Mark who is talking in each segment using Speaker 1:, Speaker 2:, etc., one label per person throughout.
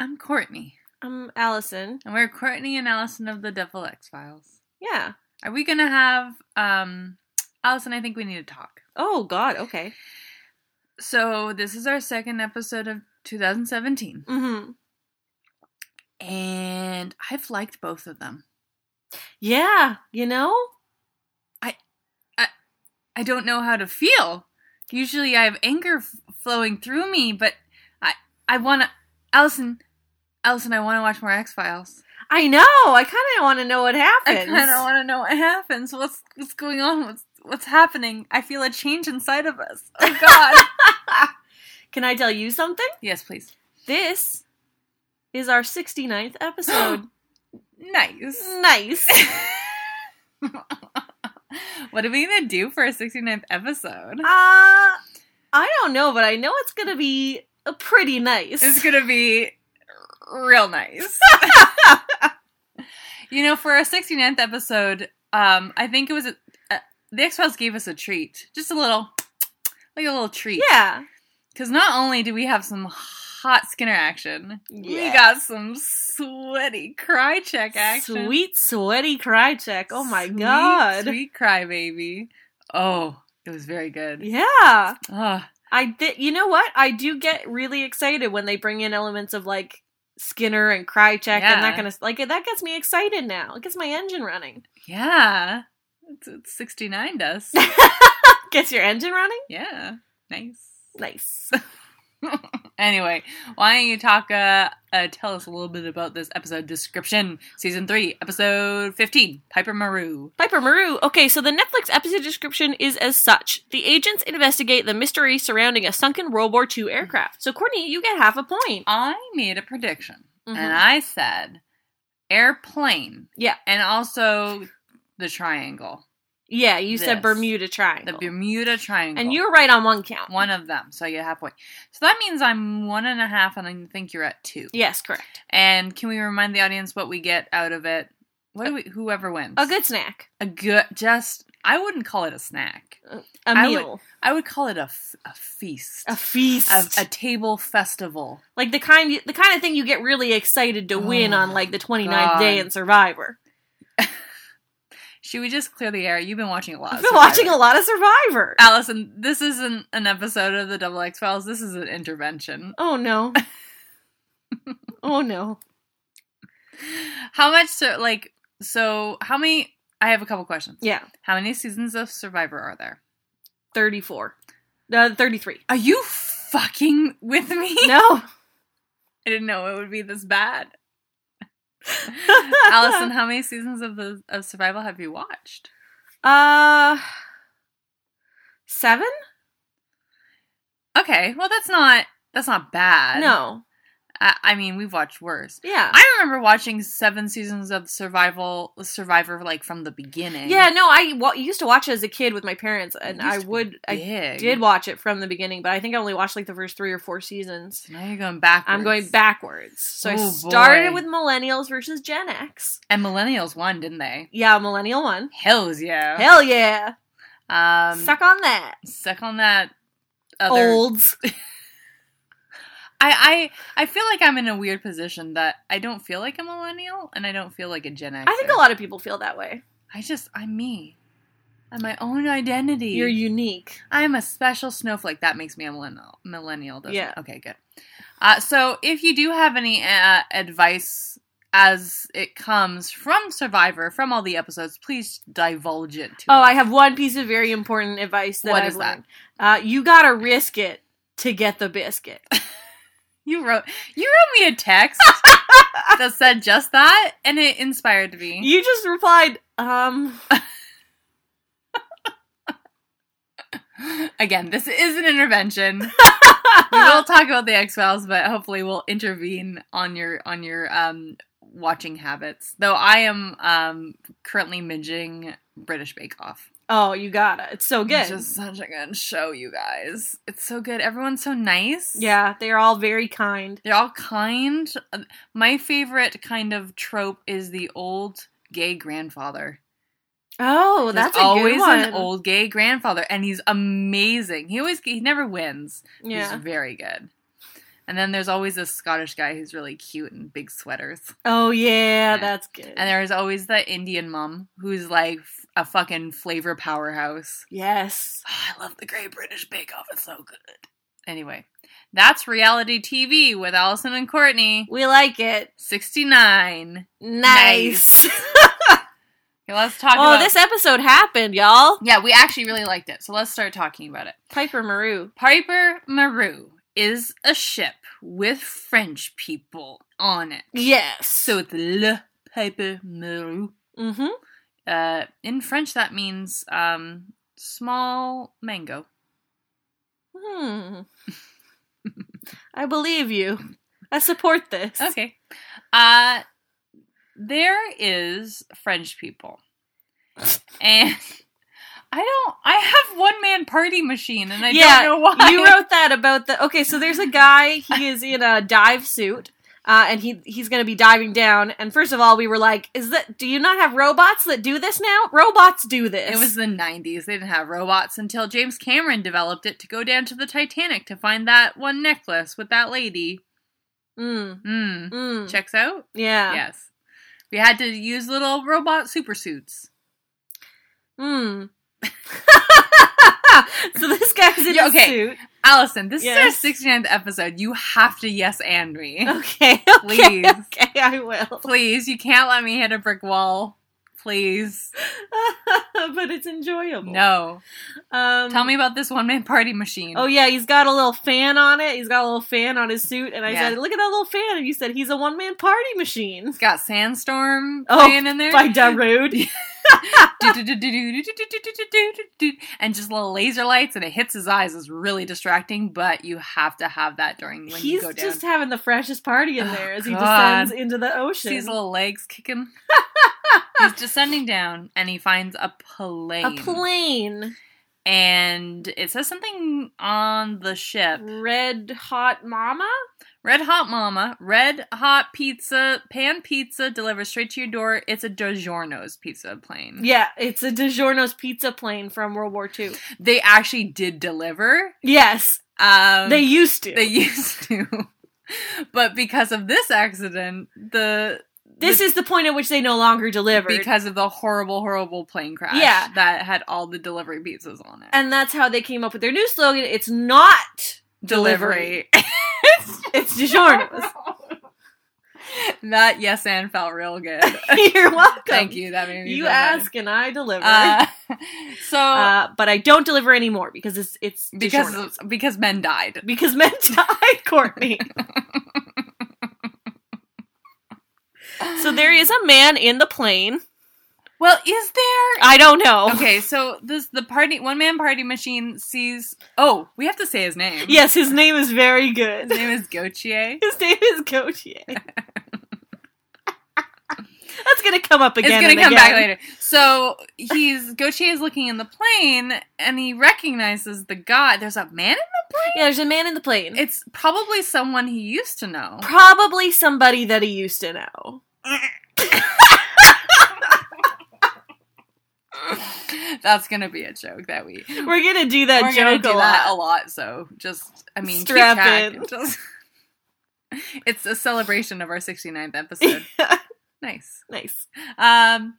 Speaker 1: I'm Courtney,
Speaker 2: Um, Allison.
Speaker 1: and we're Courtney and Allison of the Devil X Files.
Speaker 2: Yeah.
Speaker 1: Are we gonna have um, Allison? I think we need to talk.
Speaker 2: Oh God. Okay.
Speaker 1: So this is our second episode of 2017,
Speaker 2: Mm-hmm.
Speaker 1: and I've liked both of them.
Speaker 2: Yeah. You know.
Speaker 1: I don't know how to feel. Usually, I have anger f- flowing through me, but I I wanna Allison, Allison, I wanna watch more X Files.
Speaker 2: I know. I kind of want to know what
Speaker 1: I
Speaker 2: happens.
Speaker 1: kind of want to know what happens. What's what's going on? What's what's happening? I feel a change inside of us. Oh God.
Speaker 2: Can I tell you something?
Speaker 1: yes, please.
Speaker 2: This is our 69th episode.
Speaker 1: Nice.
Speaker 2: nice.
Speaker 1: what are we gonna do for our 69th episode?
Speaker 2: Uh, I don't know, but I know it's gonna be uh, pretty nice.
Speaker 1: It's gonna be real nice. you know, for our 69th episode, um, I think it was a, uh, the X Files gave us a treat, just a little, like a little treat.
Speaker 2: yeah.
Speaker 1: Because not only do we have some hot Skinner action, we
Speaker 2: Yeah.
Speaker 1: got some sweaty cry check action.
Speaker 2: Sweet sweaty cry check. Oh my
Speaker 1: Sweet,
Speaker 2: God.
Speaker 1: Sweet cry baby. Oh, it was very good.
Speaker 2: Yeah.
Speaker 1: Ah.
Speaker 2: I did. You know what? I do get really excited when they bring in elements of like Skinner and Krychek and
Speaker 1: Yeah.
Speaker 2: that kind of like that gets me excited now. It gets my engine running.
Speaker 1: Yeah. It's, it's 69 does.
Speaker 2: Gets your engine running.
Speaker 1: yeah. Nice.
Speaker 2: Nice.
Speaker 1: Anyway, why don't you talk, uh, uh, tell us a little bit about this episode description, season 3, episode 15, Piper Maru.
Speaker 2: Piper Maru. Okay, so the Netflix episode description is as such: the agents investigate the mystery surrounding a sunken World War II aircraft. So Courtney, you get half a point.
Speaker 1: I made a prediction, and
Speaker 2: Mhm.
Speaker 1: I said airplane.
Speaker 2: Yeah.
Speaker 1: And also the triangle,
Speaker 2: Yeah, you said
Speaker 1: This.
Speaker 2: Bermuda
Speaker 1: the
Speaker 2: Triangle,
Speaker 1: Bermuda Triangle.
Speaker 2: and you were right on one count.
Speaker 1: one of them, so you have point. So that means I'm one and a half, and I think you're at two.
Speaker 2: Yes, correct.
Speaker 1: And can we remind the audience what we get out of it? What do we? Whoever wins,
Speaker 2: A good snack,
Speaker 1: a good, just I wouldn't call it a snack.
Speaker 2: a
Speaker 1: I would-
Speaker 2: meal,
Speaker 1: I would call it a, f- a feast,
Speaker 2: a feast,
Speaker 1: a, a table festival.
Speaker 2: like the kind the kind of thing you get really excited to win
Speaker 1: Oh,
Speaker 2: on like the 29th
Speaker 1: God.
Speaker 2: day in survivor
Speaker 1: Should we just clear the air? You've been watching a lot. of
Speaker 2: i've been
Speaker 1: Survivor.
Speaker 2: watching a lot of survivor
Speaker 1: Uh, Allison, this isn't an episode of the Double X Files. This is an intervention.
Speaker 2: oh no oh no
Speaker 1: How much? So, like, so how many? I have a couple questions.
Speaker 2: yeah
Speaker 1: How many seasons of Survivor are there?
Speaker 2: 34 uh, 33
Speaker 1: Are you fucking with me?
Speaker 2: no
Speaker 1: I didn't know it would be this bad. Allison, how many seasons of the of Survival have you watched?
Speaker 2: uh seven
Speaker 1: Okay, well that's not that's not bad.
Speaker 2: no
Speaker 1: I, I mean we've watched worse.
Speaker 2: yeah
Speaker 1: I remember watching seven seasons of Survival Survivor like from the beginning.
Speaker 2: yeah no i wa- used to watch it as a kid with my parents
Speaker 1: It
Speaker 2: and
Speaker 1: used
Speaker 2: i
Speaker 1: to be
Speaker 2: would i
Speaker 1: big.
Speaker 2: did watch it from the beginning but i think i only watched like the first three or four seasons
Speaker 1: So now you're going backwards.
Speaker 2: i'm going backwards so i
Speaker 1: Oh,
Speaker 2: started
Speaker 1: boy.
Speaker 2: with millennials versus gen x
Speaker 1: And millennials won, didn't they?
Speaker 2: Yeah, millennial one.
Speaker 1: Hells yeah.
Speaker 2: Hell yeah.
Speaker 1: um,
Speaker 2: Suck on that.
Speaker 1: suck on that. Other
Speaker 2: Olds.
Speaker 1: I, I I feel like I'm in a weird position that I don't feel like a millennial and I don't feel like a Gen X.
Speaker 2: I think a lot of people feel that way.
Speaker 1: I just I'm me. I'm my own identity.
Speaker 2: You're unique.
Speaker 1: I'm a special snowflake. That makes me a millennial. Millennial, doesn't
Speaker 2: Yeah.
Speaker 1: it? Okay, good. Uh, so if you do have any uh, advice as it comes from Survivor, from all the episodes, please divulge it to
Speaker 2: Oh,
Speaker 1: us.
Speaker 2: I have one piece of very important advice that
Speaker 1: What
Speaker 2: I've
Speaker 1: is that?
Speaker 2: learned. Uh, you gotta risk it to get the biscuit.
Speaker 1: You wrote you wrote me a text that said just that, and it inspired me.
Speaker 2: You just replied, um,
Speaker 1: Again, this is an intervention. we will talk about the X Files, but hopefully we'll intervene on your on your um watching habits. Though I am um currently minging British Bake Off.
Speaker 2: Oh, you gotta. It's so good.
Speaker 1: It's just such a good show, you guys. It's so good. Everyone's so nice.
Speaker 2: yeah, they are all very kind.
Speaker 1: They're all kind. Uh, My favorite kind of trope is the old gay grandfather.
Speaker 2: Oh,
Speaker 1: There's always an old gay grandfather, and he's amazing. He always he never wins.
Speaker 2: yeah.
Speaker 1: He's very good. And then there's always this Scottish guy who's really cute and big sweaters.
Speaker 2: Oh yeah,
Speaker 1: Yeah.
Speaker 2: that's good.
Speaker 1: And there's always the Indian mom who's like f- a fucking flavor powerhouse.
Speaker 2: yes.
Speaker 1: Oh, I love the Great British Bake Off. It's so good. Anyway, that's reality TV with Allison and Courtney.
Speaker 2: We like it.
Speaker 1: 69.
Speaker 2: Nice.
Speaker 1: Okay, let's talk
Speaker 2: oh,
Speaker 1: about
Speaker 2: this episode happened, y'all.
Speaker 1: Yeah, we actually really liked it. So let's start talking about it.
Speaker 2: Piper Maru.
Speaker 1: Piper Maru is a ship with French people on it.
Speaker 2: Yes.
Speaker 1: So it's Le Piper Maru.
Speaker 2: mm-hmm.
Speaker 1: Uh, in French, that means um, small mango.
Speaker 2: Hmm. I believe you. I support this.
Speaker 1: Okay. Uh, there is French people. And I don't, I have one man party machine and I
Speaker 2: Yeah,
Speaker 1: don't know why.
Speaker 2: You wrote that about the okay. So there's a guy. He is in a dive suit, uh, and he he's going to be diving down. And first of all, we were like, "Is that? Do you not have robots that do this now? Robots do this."
Speaker 1: It was the 90s. They didn't have robots until James Cameron developed it to go down to the Titanic to find that one necklace with that lady.
Speaker 2: mm,
Speaker 1: Mm.
Speaker 2: mm,
Speaker 1: Checks out?
Speaker 2: yeah.
Speaker 1: Yes. We had to use little robot super suits.
Speaker 2: Mm. so this guy's in
Speaker 1: Yeah,
Speaker 2: a
Speaker 1: okay.
Speaker 2: suit.
Speaker 1: Allison, this
Speaker 2: Yes.
Speaker 1: is our 69th episode. You have to yes and me.
Speaker 2: Okay, okay,
Speaker 1: Please.
Speaker 2: okay. I will,
Speaker 1: Please, you can't let me hit a brick wall. Please.
Speaker 2: but it's enjoyable.
Speaker 1: No.
Speaker 2: Um,
Speaker 1: Tell me about this one man party machine.
Speaker 2: Oh yeah, he's got a little fan on it. He's got a little fan on his suit, and I
Speaker 1: Yeah.
Speaker 2: said, "Look at that little fan." And you said, "He's a one man party machine."
Speaker 1: It's got Sandstorm
Speaker 2: Oh,
Speaker 1: playing in there.
Speaker 2: By Darude.
Speaker 1: and just little laser lights and it hits his eyes is really distracting but you have to have that during when you
Speaker 2: he's
Speaker 1: go down
Speaker 2: just having the freshest party in
Speaker 1: Oh,
Speaker 2: there as he
Speaker 1: God.
Speaker 2: descends into the ocean.
Speaker 1: sees little legs kicking he's descending down and he finds a plane
Speaker 2: a plane,
Speaker 1: and it says something on the ship
Speaker 2: red hot mama.
Speaker 1: red hot mama red hot pizza pan pizza delivered straight to your door it's a DiGiorno's pizza plane
Speaker 2: Yeah, it's a DiGiorno's pizza plane from World War II.
Speaker 1: they actually did deliver
Speaker 2: Yes,
Speaker 1: um
Speaker 2: they used to.
Speaker 1: they used to. But because of this accident, the
Speaker 2: this is the point at which they no longer delivered.
Speaker 1: because of the horrible, horrible plane crash
Speaker 2: Yeah.
Speaker 1: that had all the delivery pizzas on it.
Speaker 2: and that's how they came up with their new slogan. It's not.
Speaker 1: delivery.
Speaker 2: It's DiGiorno's.
Speaker 1: that yes and felt real good.
Speaker 2: You're welcome.
Speaker 1: Thank you. That made me
Speaker 2: You
Speaker 1: feel better.
Speaker 2: ask and I deliver.
Speaker 1: Uh, so
Speaker 2: Uh, but I don't deliver anymore because it's it's
Speaker 1: because
Speaker 2: DiGiorno's.
Speaker 1: because men died.
Speaker 2: because men died, Courtney. so there is a man in the plane.
Speaker 1: Well, is there
Speaker 2: I don't know.
Speaker 1: Okay, so this the party one man party machine sees Oh, we have to say his name.
Speaker 2: Yes, his name is very good.
Speaker 1: His name is Gautier.
Speaker 2: His name is Gautier. That's gonna come up again.
Speaker 1: it's gonna
Speaker 2: and
Speaker 1: come back
Speaker 2: again.
Speaker 1: later. So he's Gauthier is looking in the plane and he recognizes the guy. There's a man. in-
Speaker 2: Yeah, there's a man in the plane.
Speaker 1: It's probably someone he used to know.
Speaker 2: probably somebody that he used to know.
Speaker 1: That's gonna be a joke that we
Speaker 2: We're gonna do that
Speaker 1: we're gonna
Speaker 2: joke
Speaker 1: do
Speaker 2: a
Speaker 1: that a
Speaker 2: lot.
Speaker 1: lot. So just I mean, keep
Speaker 2: Strap
Speaker 1: track.
Speaker 2: in.
Speaker 1: Just- it's a celebration of our 69th episode. nice.
Speaker 2: nice.
Speaker 1: Um,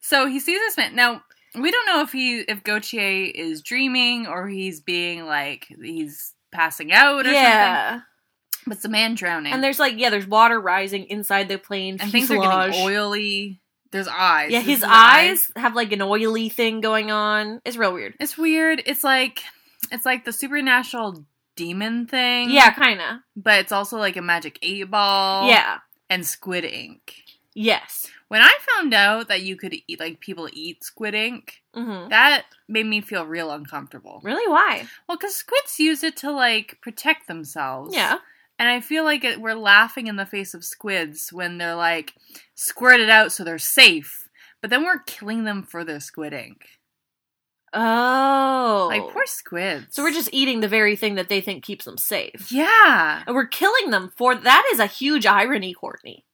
Speaker 1: so he sees this man now. We don't know if he if Gautier is dreaming or he's being like he's passing out or something.
Speaker 2: Yeah.
Speaker 1: But it's a man drowning.
Speaker 2: And there's like, yeah, there's water rising inside the plane.
Speaker 1: And things are getting
Speaker 2: fuselage.
Speaker 1: oily. There's eyes.
Speaker 2: Yeah,
Speaker 1: This
Speaker 2: his
Speaker 1: is
Speaker 2: eyes have like an oily thing going on. It's real weird.
Speaker 1: It's weird. It's like it's like the supernatural demon thing.
Speaker 2: Yeah, kind of.
Speaker 1: But it's also like a magic eight ball.
Speaker 2: Yeah.
Speaker 1: And squid ink.
Speaker 2: Yes.
Speaker 1: When I found out that you could eat, like people eat squid ink,
Speaker 2: hmm
Speaker 1: that made me feel real uncomfortable.
Speaker 2: Really? Why?
Speaker 1: Well, because squids use it to like protect themselves.
Speaker 2: Yeah.
Speaker 1: And I feel like it, we're laughing in the face of squids when they're like squirted out so they're safe, but then we're killing them for their squid ink.
Speaker 2: Oh.
Speaker 1: Like poor squids.
Speaker 2: so we're just eating the very thing that they think keeps them safe.
Speaker 1: yeah.
Speaker 2: And we're killing them for that is a huge irony, Courtney.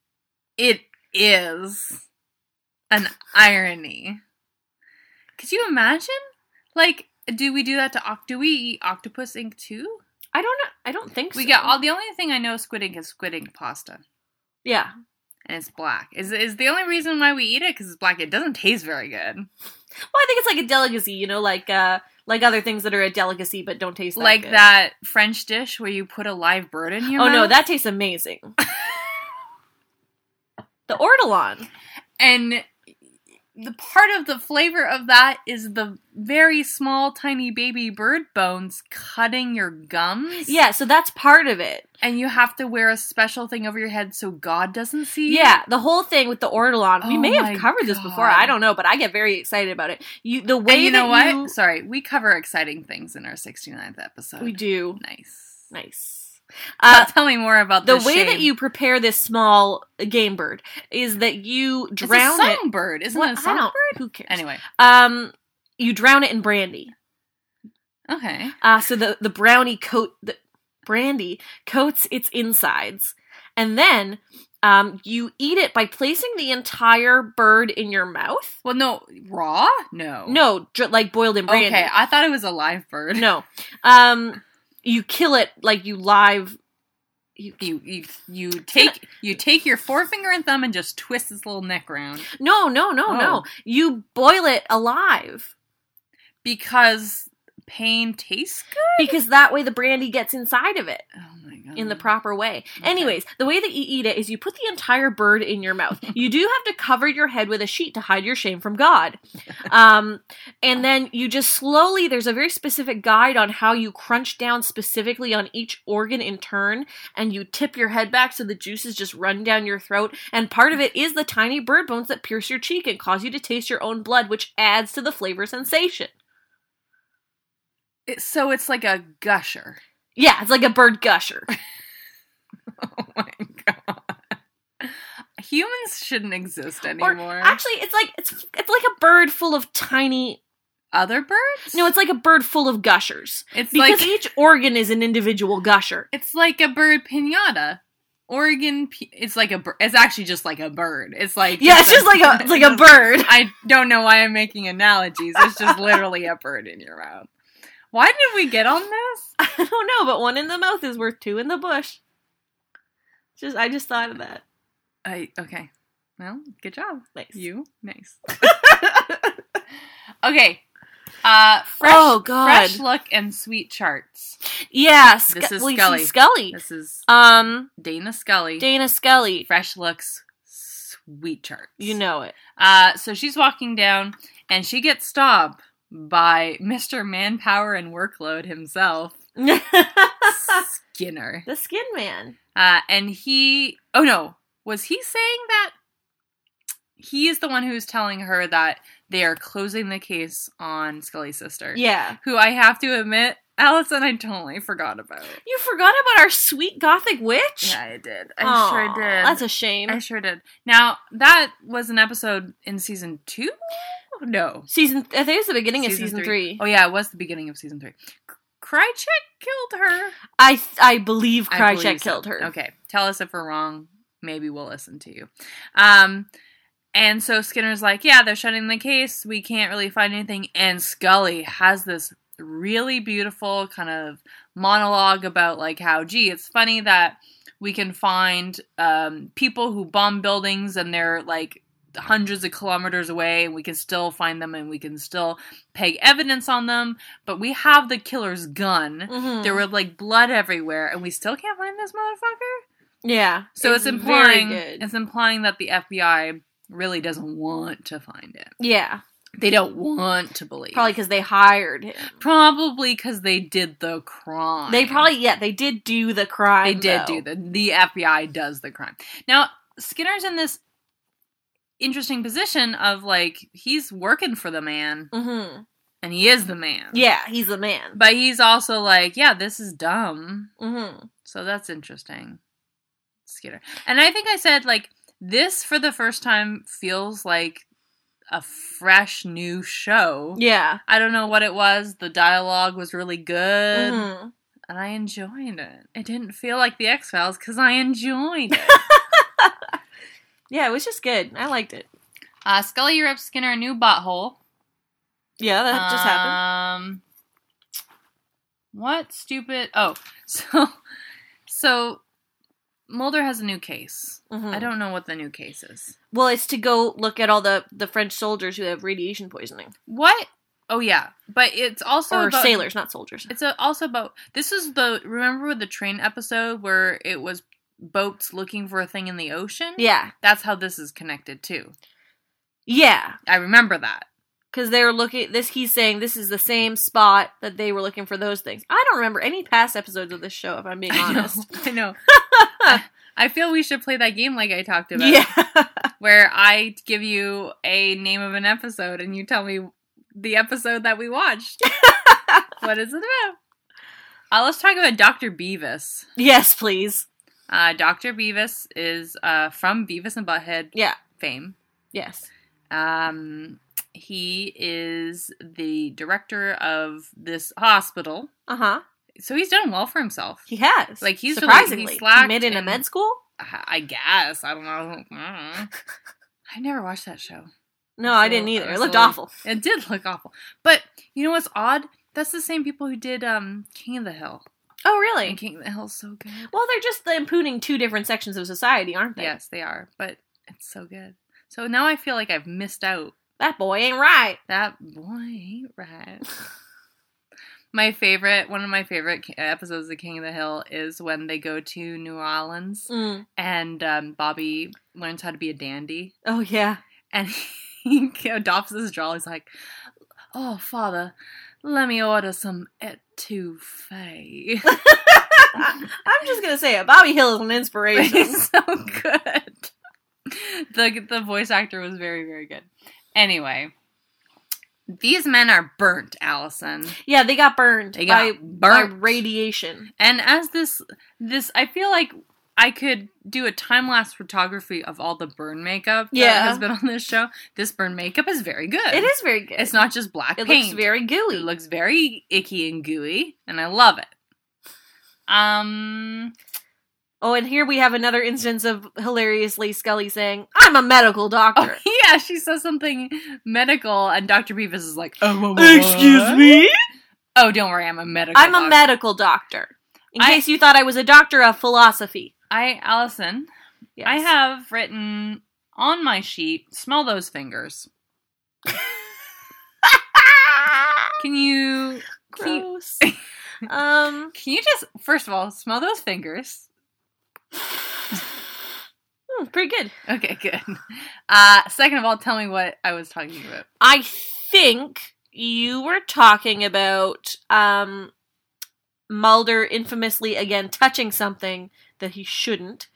Speaker 1: It is an irony. Could you imagine? Like, do we do that to oct? Do we eat octopus ink too?
Speaker 2: I don't know. I don't think
Speaker 1: We
Speaker 2: so.
Speaker 1: get all. The only thing I know of squid ink is squid ink pasta.
Speaker 2: Yeah.
Speaker 1: and it's black. Is is the only reason why we eat it because it's black? It doesn't taste very good.
Speaker 2: Well, I think it's like a delicacy, you know, like uh like other things that are a delicacy but don't taste that
Speaker 1: like
Speaker 2: good.
Speaker 1: that French dish where you put a live bird in your
Speaker 2: Oh no,
Speaker 1: mouth.
Speaker 2: that tastes amazing. the ortolan.
Speaker 1: and the part of the flavor of that is the very small, tiny baby bird bones cutting your gums.
Speaker 2: Yeah, so that's part of it.
Speaker 1: and you have to wear a special thing over your head so God doesn't see.
Speaker 2: Yeah, the whole thing with the ortolan. we
Speaker 1: Oh
Speaker 2: may
Speaker 1: my
Speaker 2: have covered this before.
Speaker 1: God.
Speaker 2: I don't know, but I get very excited about it. You the way
Speaker 1: And you know what?
Speaker 2: that
Speaker 1: Sorry, we cover exciting things in our 69th episode.
Speaker 2: you- we do.
Speaker 1: Nice.
Speaker 2: Nice. Uh,
Speaker 1: tell me more about
Speaker 2: the
Speaker 1: this
Speaker 2: way that
Speaker 1: shame.
Speaker 2: you prepare this small game bird is that you drown
Speaker 1: it's a
Speaker 2: it.
Speaker 1: songbird, isn't
Speaker 2: What?
Speaker 1: it? A
Speaker 2: I don't-
Speaker 1: songbird?
Speaker 2: Who cares?
Speaker 1: Anyway,
Speaker 2: um, you drown it in brandy.
Speaker 1: okay.
Speaker 2: Uh, so the the brownie coat the brandy coats its insides, and then um, you eat it by placing the entire bird in your mouth.
Speaker 1: Well, no, raw? No.
Speaker 2: No, dr- like boiled in brandy.
Speaker 1: Oh. Okay, I thought it was a live bird.
Speaker 2: No. Um you kill it like you live you
Speaker 1: You you you take you take your forefinger and thumb and just twist its little neck round
Speaker 2: No, no, no,
Speaker 1: Oh.
Speaker 2: no. You boil it alive
Speaker 1: because pain tastes good.
Speaker 2: because that way the brandy gets inside of it
Speaker 1: Oh my god!
Speaker 2: in the proper way. Anyways, the way that you eat it is you put the entire bird in your mouth. you do have to cover your head with a sheet to hide your shame from God. Um and then you just slowly there's a very specific guide on how you crunch down specifically on each organ in turn and you tip your head back so the juices just run down your throat. And part of it is the tiny bird bones that pierce your cheek and cause you to taste your own blood, which adds to the flavor sensation.
Speaker 1: It- so it's like a gusher.
Speaker 2: Yeah, it's like a bird gusher.
Speaker 1: Oh my god! Humans shouldn't exist
Speaker 2: Or
Speaker 1: anymore.
Speaker 2: actually, it's like it's it's like a bird full of tiny.
Speaker 1: Other birds?
Speaker 2: No, it's like a bird full of gushers
Speaker 1: it's
Speaker 2: because
Speaker 1: like
Speaker 2: each organ is an individual gusher.
Speaker 1: it's like a bird pinata. Oregon, pi- it's like a. bir- It's actually just like a bird. It's like
Speaker 2: Yeah, it's just like a it's like a bird.
Speaker 1: I don't know why I'm making analogies. It's just literally a bird in your mouth. Why did we get on this?
Speaker 2: I don't know, but one in the mouth is worth two in the bush. Just I just thought of that.
Speaker 1: I okay. Well, good job.
Speaker 2: Nice.
Speaker 1: You nice. okay. Uh fresh,
Speaker 2: Oh, God.
Speaker 1: fresh look and sweet charts.
Speaker 2: Yeah, Sc-
Speaker 1: This is
Speaker 2: well, you
Speaker 1: Scully.
Speaker 2: see Scully.
Speaker 1: This is
Speaker 2: Um,
Speaker 1: Dana Scully.
Speaker 2: Dana Scully.
Speaker 1: fresh looks sweet charts.
Speaker 2: You know it.
Speaker 1: Uh so she's walking down and she gets stopped by Mr. Manpower and Workload himself,
Speaker 2: the
Speaker 1: Skinner.
Speaker 2: Skin Man.
Speaker 1: Uh, and he, oh no, was he saying that? He is the one who's telling her that they are closing the case on Scully's sister.
Speaker 2: Yeah,
Speaker 1: Who I have to admit, Allison, I totally forgot about.
Speaker 2: you forgot about our sweet gothic witch.
Speaker 1: I did.
Speaker 2: Aw, That's a shame.
Speaker 1: I sure did. Now, that was an episode in season two? No.
Speaker 2: season, I think it's the beginning of season three.
Speaker 1: Oh, yeah, it was the beginning of season three. K- Krychek killed her.
Speaker 2: I th- I believe
Speaker 1: I
Speaker 2: Krychek
Speaker 1: believe so.
Speaker 2: killed her.
Speaker 1: Okay. Tell us if we're wrong. Maybe we'll listen to you. Um, and so Skinner's like, yeah, they're shutting the case. We can't really find anything. And Scully has this really beautiful kind of monologue about like how, gee, it's funny that we can find um, people who bomb buildings and they're like hundreds of kilometers away and we can still find them and we can still peg evidence on them but we have the killer's gun
Speaker 2: Mhm.
Speaker 1: there were like blood everywhere, and we still can't find this motherfucker.
Speaker 2: yeah.
Speaker 1: So it's,
Speaker 2: very
Speaker 1: implying
Speaker 2: good.
Speaker 1: it's implying that the FBI really doesn't want to find it.
Speaker 2: yeah,
Speaker 1: They don't want to believe.
Speaker 2: probably because they hired him.
Speaker 1: probably because they did the crime.
Speaker 2: They probably yeah they did do the crime.
Speaker 1: they did
Speaker 2: though.
Speaker 1: do the the FBI does the crime. Now Skinner's in this interesting position of like he's working for the man
Speaker 2: Mm-hmm.
Speaker 1: and he is the man.
Speaker 2: Yeah, he's the man.
Speaker 1: But he's also like, yeah, this is dumb.
Speaker 2: mm-hmm.
Speaker 1: So that's interesting. Skinner. And I think I said like this for the first time feels like a fresh new show.
Speaker 2: Yeah.
Speaker 1: I don't know what it was. The dialogue was really good
Speaker 2: Mhm.
Speaker 1: and I enjoyed it. It didn't feel like the X-Files cuz I enjoyed it.
Speaker 2: Yeah, it was just good. I liked it.
Speaker 1: uh, Scully rips Skinner a new butthole.
Speaker 2: Yeah, that
Speaker 1: Uh,
Speaker 2: just happened.
Speaker 1: Um, what stupid? Oh, so so Mulder has a new case.
Speaker 2: Mhm.
Speaker 1: I don't know what the new case is.
Speaker 2: Well, it's to go look at all the the French soldiers who have radiation poisoning,
Speaker 1: What? Oh yeah, but it's also
Speaker 2: or
Speaker 1: about,
Speaker 2: sailors, not soldiers.
Speaker 1: It's a, also about this is the remember with the train episode where it was boats looking for a thing in the ocean.
Speaker 2: Yeah,
Speaker 1: that's how this is connected too.
Speaker 2: yeah,
Speaker 1: I remember that.
Speaker 2: because they were looking. This he's saying this is the same spot that they were looking for those things. I don't remember any past episodes of this show, if I'm being honest.
Speaker 1: I know. I know. I feel we should play that game like I talked about.
Speaker 2: Yeah,
Speaker 1: where I give you a name of an episode and you tell me the episode that we watched. what is it about? Uh, let's talk about Dr. Beavis.
Speaker 2: yes, please.
Speaker 1: Uh, Dr. Beavis is uh, from Beavis and Butthead
Speaker 2: Yeah.
Speaker 1: fame.
Speaker 2: Yes.
Speaker 1: Um, he is the director of this hospital.
Speaker 2: Uh huh.
Speaker 1: So he's done well for himself.
Speaker 2: He has.
Speaker 1: Uh-huh. Like, he's really- he
Speaker 2: surprisingly
Speaker 1: slacked
Speaker 2: mid in a
Speaker 1: and-
Speaker 2: med school.
Speaker 1: I I guess. I don't know. I never watched that show.
Speaker 2: No, I
Speaker 1: So,
Speaker 2: didn't either.
Speaker 1: I
Speaker 2: It
Speaker 1: was
Speaker 2: looked
Speaker 1: like-
Speaker 2: awful.
Speaker 1: It did look awful. But you know what's odd? That's the same people who did um King of the Hill.
Speaker 2: Oh,
Speaker 1: And
Speaker 2: really?
Speaker 1: King of the Hill's so good.
Speaker 2: Well, they're just the impugning two different sections of society, aren't they?
Speaker 1: Yes, they are. But it's so good. So now I feel like I've missed out.
Speaker 2: That boy ain't right.
Speaker 1: That boy ain't right. my favorite, one of my favorite ki- episodes of King of the Hill is when they go to New Orleans
Speaker 2: Mm.
Speaker 1: and um, Bobby learns how to be a dandy.
Speaker 2: Oh yeah.
Speaker 1: and he adopts this drawl. He's like, "Oh, father, let me order some etouffee."
Speaker 2: I'm just gonna say it. Bobby Hill is an inspiration.
Speaker 1: He's so good. the The voice actor was very, very good. Anyway, these men are burnt, Allison.
Speaker 2: yeah, they got burned.
Speaker 1: They got
Speaker 2: by, by
Speaker 1: burnt.
Speaker 2: radiation.
Speaker 1: and as this, this, I feel like. I could do a time lapse photography of all the burn makeup that
Speaker 2: Yeah.
Speaker 1: has been on this show. This burn makeup is very good.
Speaker 2: It is very good.
Speaker 1: It's not just black
Speaker 2: It
Speaker 1: paint.
Speaker 2: looks very gooey.
Speaker 1: It looks very icky and gooey, and I love it. Um,
Speaker 2: oh, and here we have another instance of hilariously Scully saying, "I'm a medical doctor."
Speaker 1: oh, yeah, she says something medical, and Dr. Beavis is like, oh,
Speaker 2: me.
Speaker 1: Oh, don't worry, I'm a medical.
Speaker 2: I'm a
Speaker 1: doc-
Speaker 2: medical doctor. In
Speaker 1: I-
Speaker 2: case you thought I was a doctor of philosophy.
Speaker 1: I, Allison,
Speaker 2: Yes.
Speaker 1: I have written on my sheet, smell those fingers. Can you, can you,
Speaker 2: Ah, Gross. um.
Speaker 1: can you just, first of all, smell those fingers?
Speaker 2: hmm, pretty good.
Speaker 1: Okay, good. Uh, second of all, tell me what I was talking about.
Speaker 2: I think you were talking about um Mulder infamously again touching something that he shouldn't.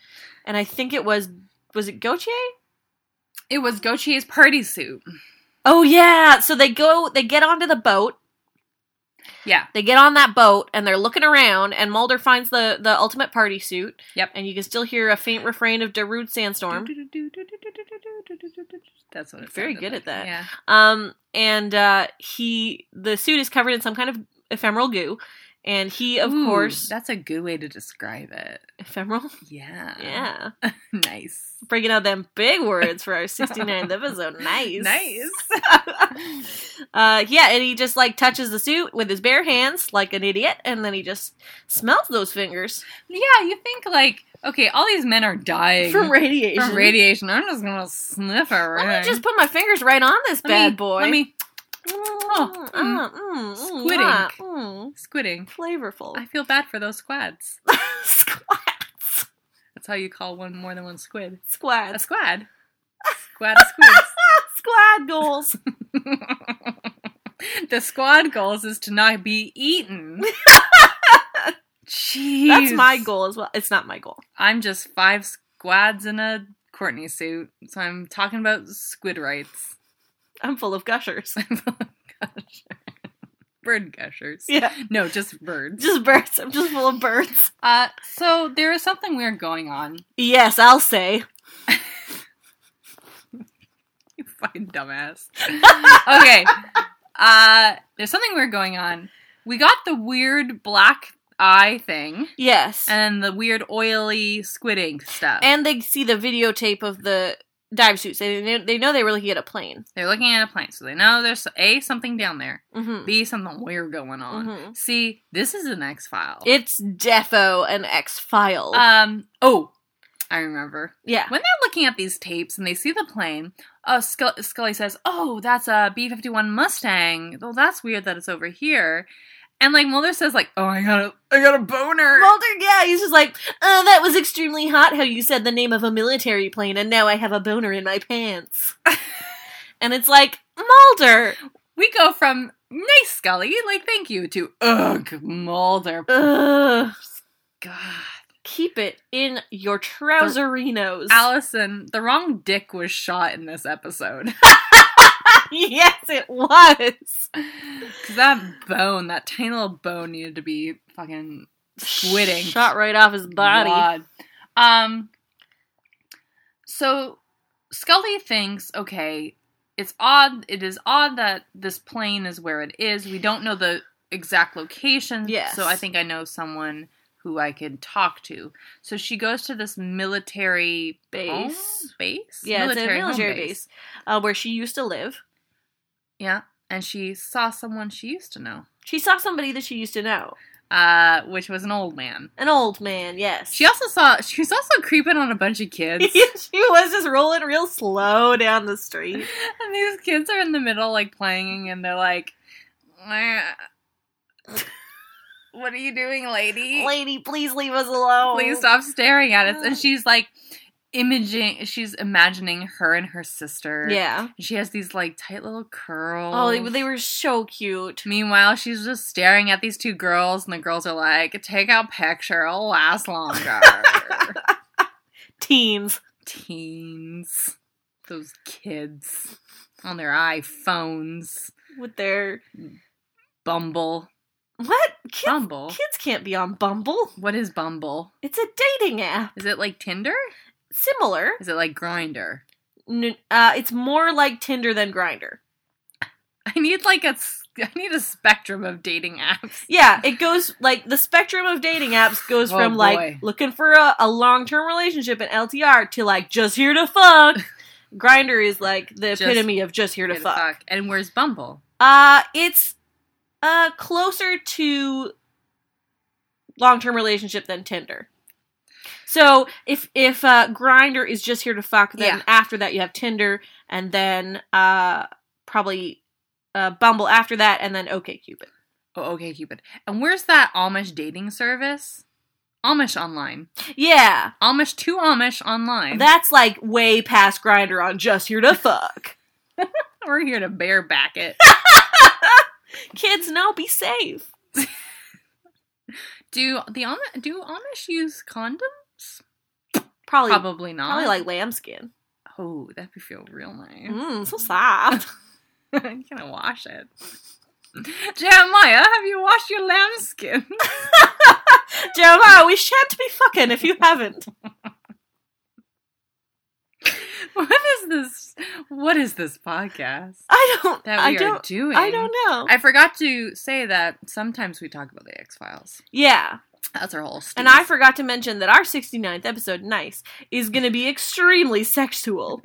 Speaker 2: And I think it was was it Gautier?
Speaker 1: It was Gautier's party suit.
Speaker 2: Oh yeah. So they go they get onto the boat.
Speaker 1: Yeah.
Speaker 2: They get on that boat and they're looking around and Mulder finds the the ultimate party suit.
Speaker 1: Yep.
Speaker 2: And you can still hear a faint refrain of Darude Sandstorm.
Speaker 1: That's what it
Speaker 2: Very
Speaker 1: sounded
Speaker 2: good at that.
Speaker 1: Yeah.
Speaker 2: Um, and uh, he the suit is covered in some kind of ephemeral goo, and he of
Speaker 1: Ooh,
Speaker 2: course
Speaker 1: That's a good way to describe it.
Speaker 2: ephemeral.
Speaker 1: Yeah.
Speaker 2: Yeah,
Speaker 1: Nice.
Speaker 2: bringing out them big words for our 69th episode. Nice, uh, yeah, and he just like touches the suit with his bare hands like an idiot, and then he just smells those fingers
Speaker 1: yeah, you think like, okay, all these men are dying
Speaker 2: from radiation.
Speaker 1: from radiation. I'm just gonna sniff around.
Speaker 2: Let me just put my fingers right on this
Speaker 1: Let
Speaker 2: bad
Speaker 1: me-
Speaker 2: boy.
Speaker 1: Let me
Speaker 2: Mm,
Speaker 1: Oh,
Speaker 2: mm, mm, mm,
Speaker 1: Squid
Speaker 2: yeah,
Speaker 1: ink.
Speaker 2: mm,
Speaker 1: squidding.
Speaker 2: flavorful.
Speaker 1: I feel bad for those squads.
Speaker 2: Squats.
Speaker 1: That's how you call one more than one squid. A
Speaker 2: Squad.
Speaker 1: squad. Squad of squids.
Speaker 2: Squad goals.
Speaker 1: the squad goals is to not be eaten. Jeez.
Speaker 2: That's my goal as well. It's not my goal.
Speaker 1: I'm just five squads in a Courtney suit. So I'm talking about squid rights.
Speaker 2: I'm full of gushers.
Speaker 1: Gushers. Bird gushers.
Speaker 2: yeah.
Speaker 1: No, just birds.
Speaker 2: Just birds. I'm just full of birds.
Speaker 1: Uh, so there is something weird going on.
Speaker 2: Yes, I'll say.
Speaker 1: You fucking dumbass. okay. Uh, there's something weird going on. We got the weird black eye thing
Speaker 2: Yes. And,
Speaker 1: and the weird oily squid ink stuff.
Speaker 2: they see the videotape of the dive suits. They, kn- they know they were looking at a plane.
Speaker 1: They're looking at a plane, so they know there's A, something down there,
Speaker 2: Mm-hmm.
Speaker 1: B, something weird going on.
Speaker 2: Mhm.
Speaker 1: C, this is an X file.
Speaker 2: It's Defo and X File.
Speaker 1: Um, oh, I remember.
Speaker 2: Uh, yeah.
Speaker 1: When they're looking at these tapes and they see the plane, uh, Scully, Scully says, "Oh, that's a B51 Mustang. Well, that's weird that it's over here." And like Mulder says, "Like, oh, I got a, I got a boner."
Speaker 2: Mulder, yeah, he's just like, oh, that was extremely hot how you said the name of a military plane, and now I have a boner in my pants. and it's like, Mulder!
Speaker 1: we go from nice Scully, like thank you, to ugh, Mulder.
Speaker 2: Ugh.
Speaker 1: God,
Speaker 2: Keep it in your trouserinos.
Speaker 1: Allison, the wrong dick was shot in this episode.
Speaker 2: yes, it was.
Speaker 1: Cause that bone, that tiny little bone, needed to be fucking Squidding.
Speaker 2: Shot right off his body.
Speaker 1: God. Um. So Scully thinks, okay, it's odd. It is odd that this plane is where it is. We don't know the exact location.
Speaker 2: Yes.
Speaker 1: So I think I know someone who I could talk to. So she goes to this military home?
Speaker 2: Base.
Speaker 1: Base.
Speaker 2: Yeah, it's a
Speaker 1: home
Speaker 2: military base. Uh, where she used to live.
Speaker 1: Yeah, and she saw someone she used to know,
Speaker 2: She saw somebody that she used to know.
Speaker 1: uh, which was an old man.
Speaker 2: An old man, yes.
Speaker 1: She also saw. She was also creeping on a bunch of kids.
Speaker 2: she was just rolling real slow down the street.
Speaker 1: And these kids are in the middle, like playing, and they're like, "Wah. "What are you doing, lady?
Speaker 2: Lady, please leave us alone.
Speaker 1: Please stop staring at us." And she's like, imaging. She's imagining her and her sister.
Speaker 2: Yeah.
Speaker 1: She has these like tight little curls.
Speaker 2: Oh, they, they were so cute.
Speaker 1: Meanwhile, she's just staring at these two girls, and the girls are like, "Take a picture. It'll last longer."
Speaker 2: Teens.
Speaker 1: Teens, those kids on their iPhones,
Speaker 2: With their.
Speaker 1: Bumble.
Speaker 2: What? Kids,
Speaker 1: Bumble.
Speaker 2: kids can't be on Bumble.
Speaker 1: What is Bumble?
Speaker 2: It's a dating app.
Speaker 1: Is it like Tinder?
Speaker 2: Similar.
Speaker 1: Is it like Grinder?
Speaker 2: N- Uh, it's more like Tinder than Grinder.
Speaker 1: I need like a s- I need a spectrum of dating apps.
Speaker 2: Yeah, it goes like the spectrum of dating apps goes
Speaker 1: Oh,
Speaker 2: from
Speaker 1: boy.
Speaker 2: like looking for a, a long term relationship in LTR to like just here to fuck. Grinder is like the
Speaker 1: Just
Speaker 2: epitome of just here to
Speaker 1: Where the
Speaker 2: fuck.
Speaker 1: fuck? And where's Bumble?
Speaker 2: Uh it's uh closer to long term relationship than Tinder. So if if uh Grinder is just here to fuck, then
Speaker 1: Yeah.
Speaker 2: after that you have Tinder and then uh probably uh Bumble after that and then OK Cupid.
Speaker 1: Oh, okay, Cupid. And where's that Amish dating service? Amish online.
Speaker 2: Yeah.
Speaker 1: Amish to Amish online.
Speaker 2: That's like way past grinder on just here to fuck.
Speaker 1: We're here to bareback it.
Speaker 2: Kids, no, be safe.
Speaker 1: do the Ami- do Amish use condoms?
Speaker 2: Probably,
Speaker 1: Probably
Speaker 2: probably,
Speaker 1: not.
Speaker 2: like lambskin.
Speaker 1: oh, that'd be feel real nice.
Speaker 2: Mmm, so soft.
Speaker 1: I'm gonna wash it. Jeremiah, have you washed your lambskin?
Speaker 2: Jeremiah, we shan't be fucking if you haven't.
Speaker 1: What is this? What is this podcast
Speaker 2: I don't.
Speaker 1: that
Speaker 2: I
Speaker 1: we are
Speaker 2: don't.
Speaker 1: doing?
Speaker 2: I don't know.
Speaker 1: I forgot to say that sometimes we talk about the X Files.
Speaker 2: yeah,
Speaker 1: That's our whole. Steve.
Speaker 2: and I forgot to mention that our 69th episode, nice, is going to be extremely sexual.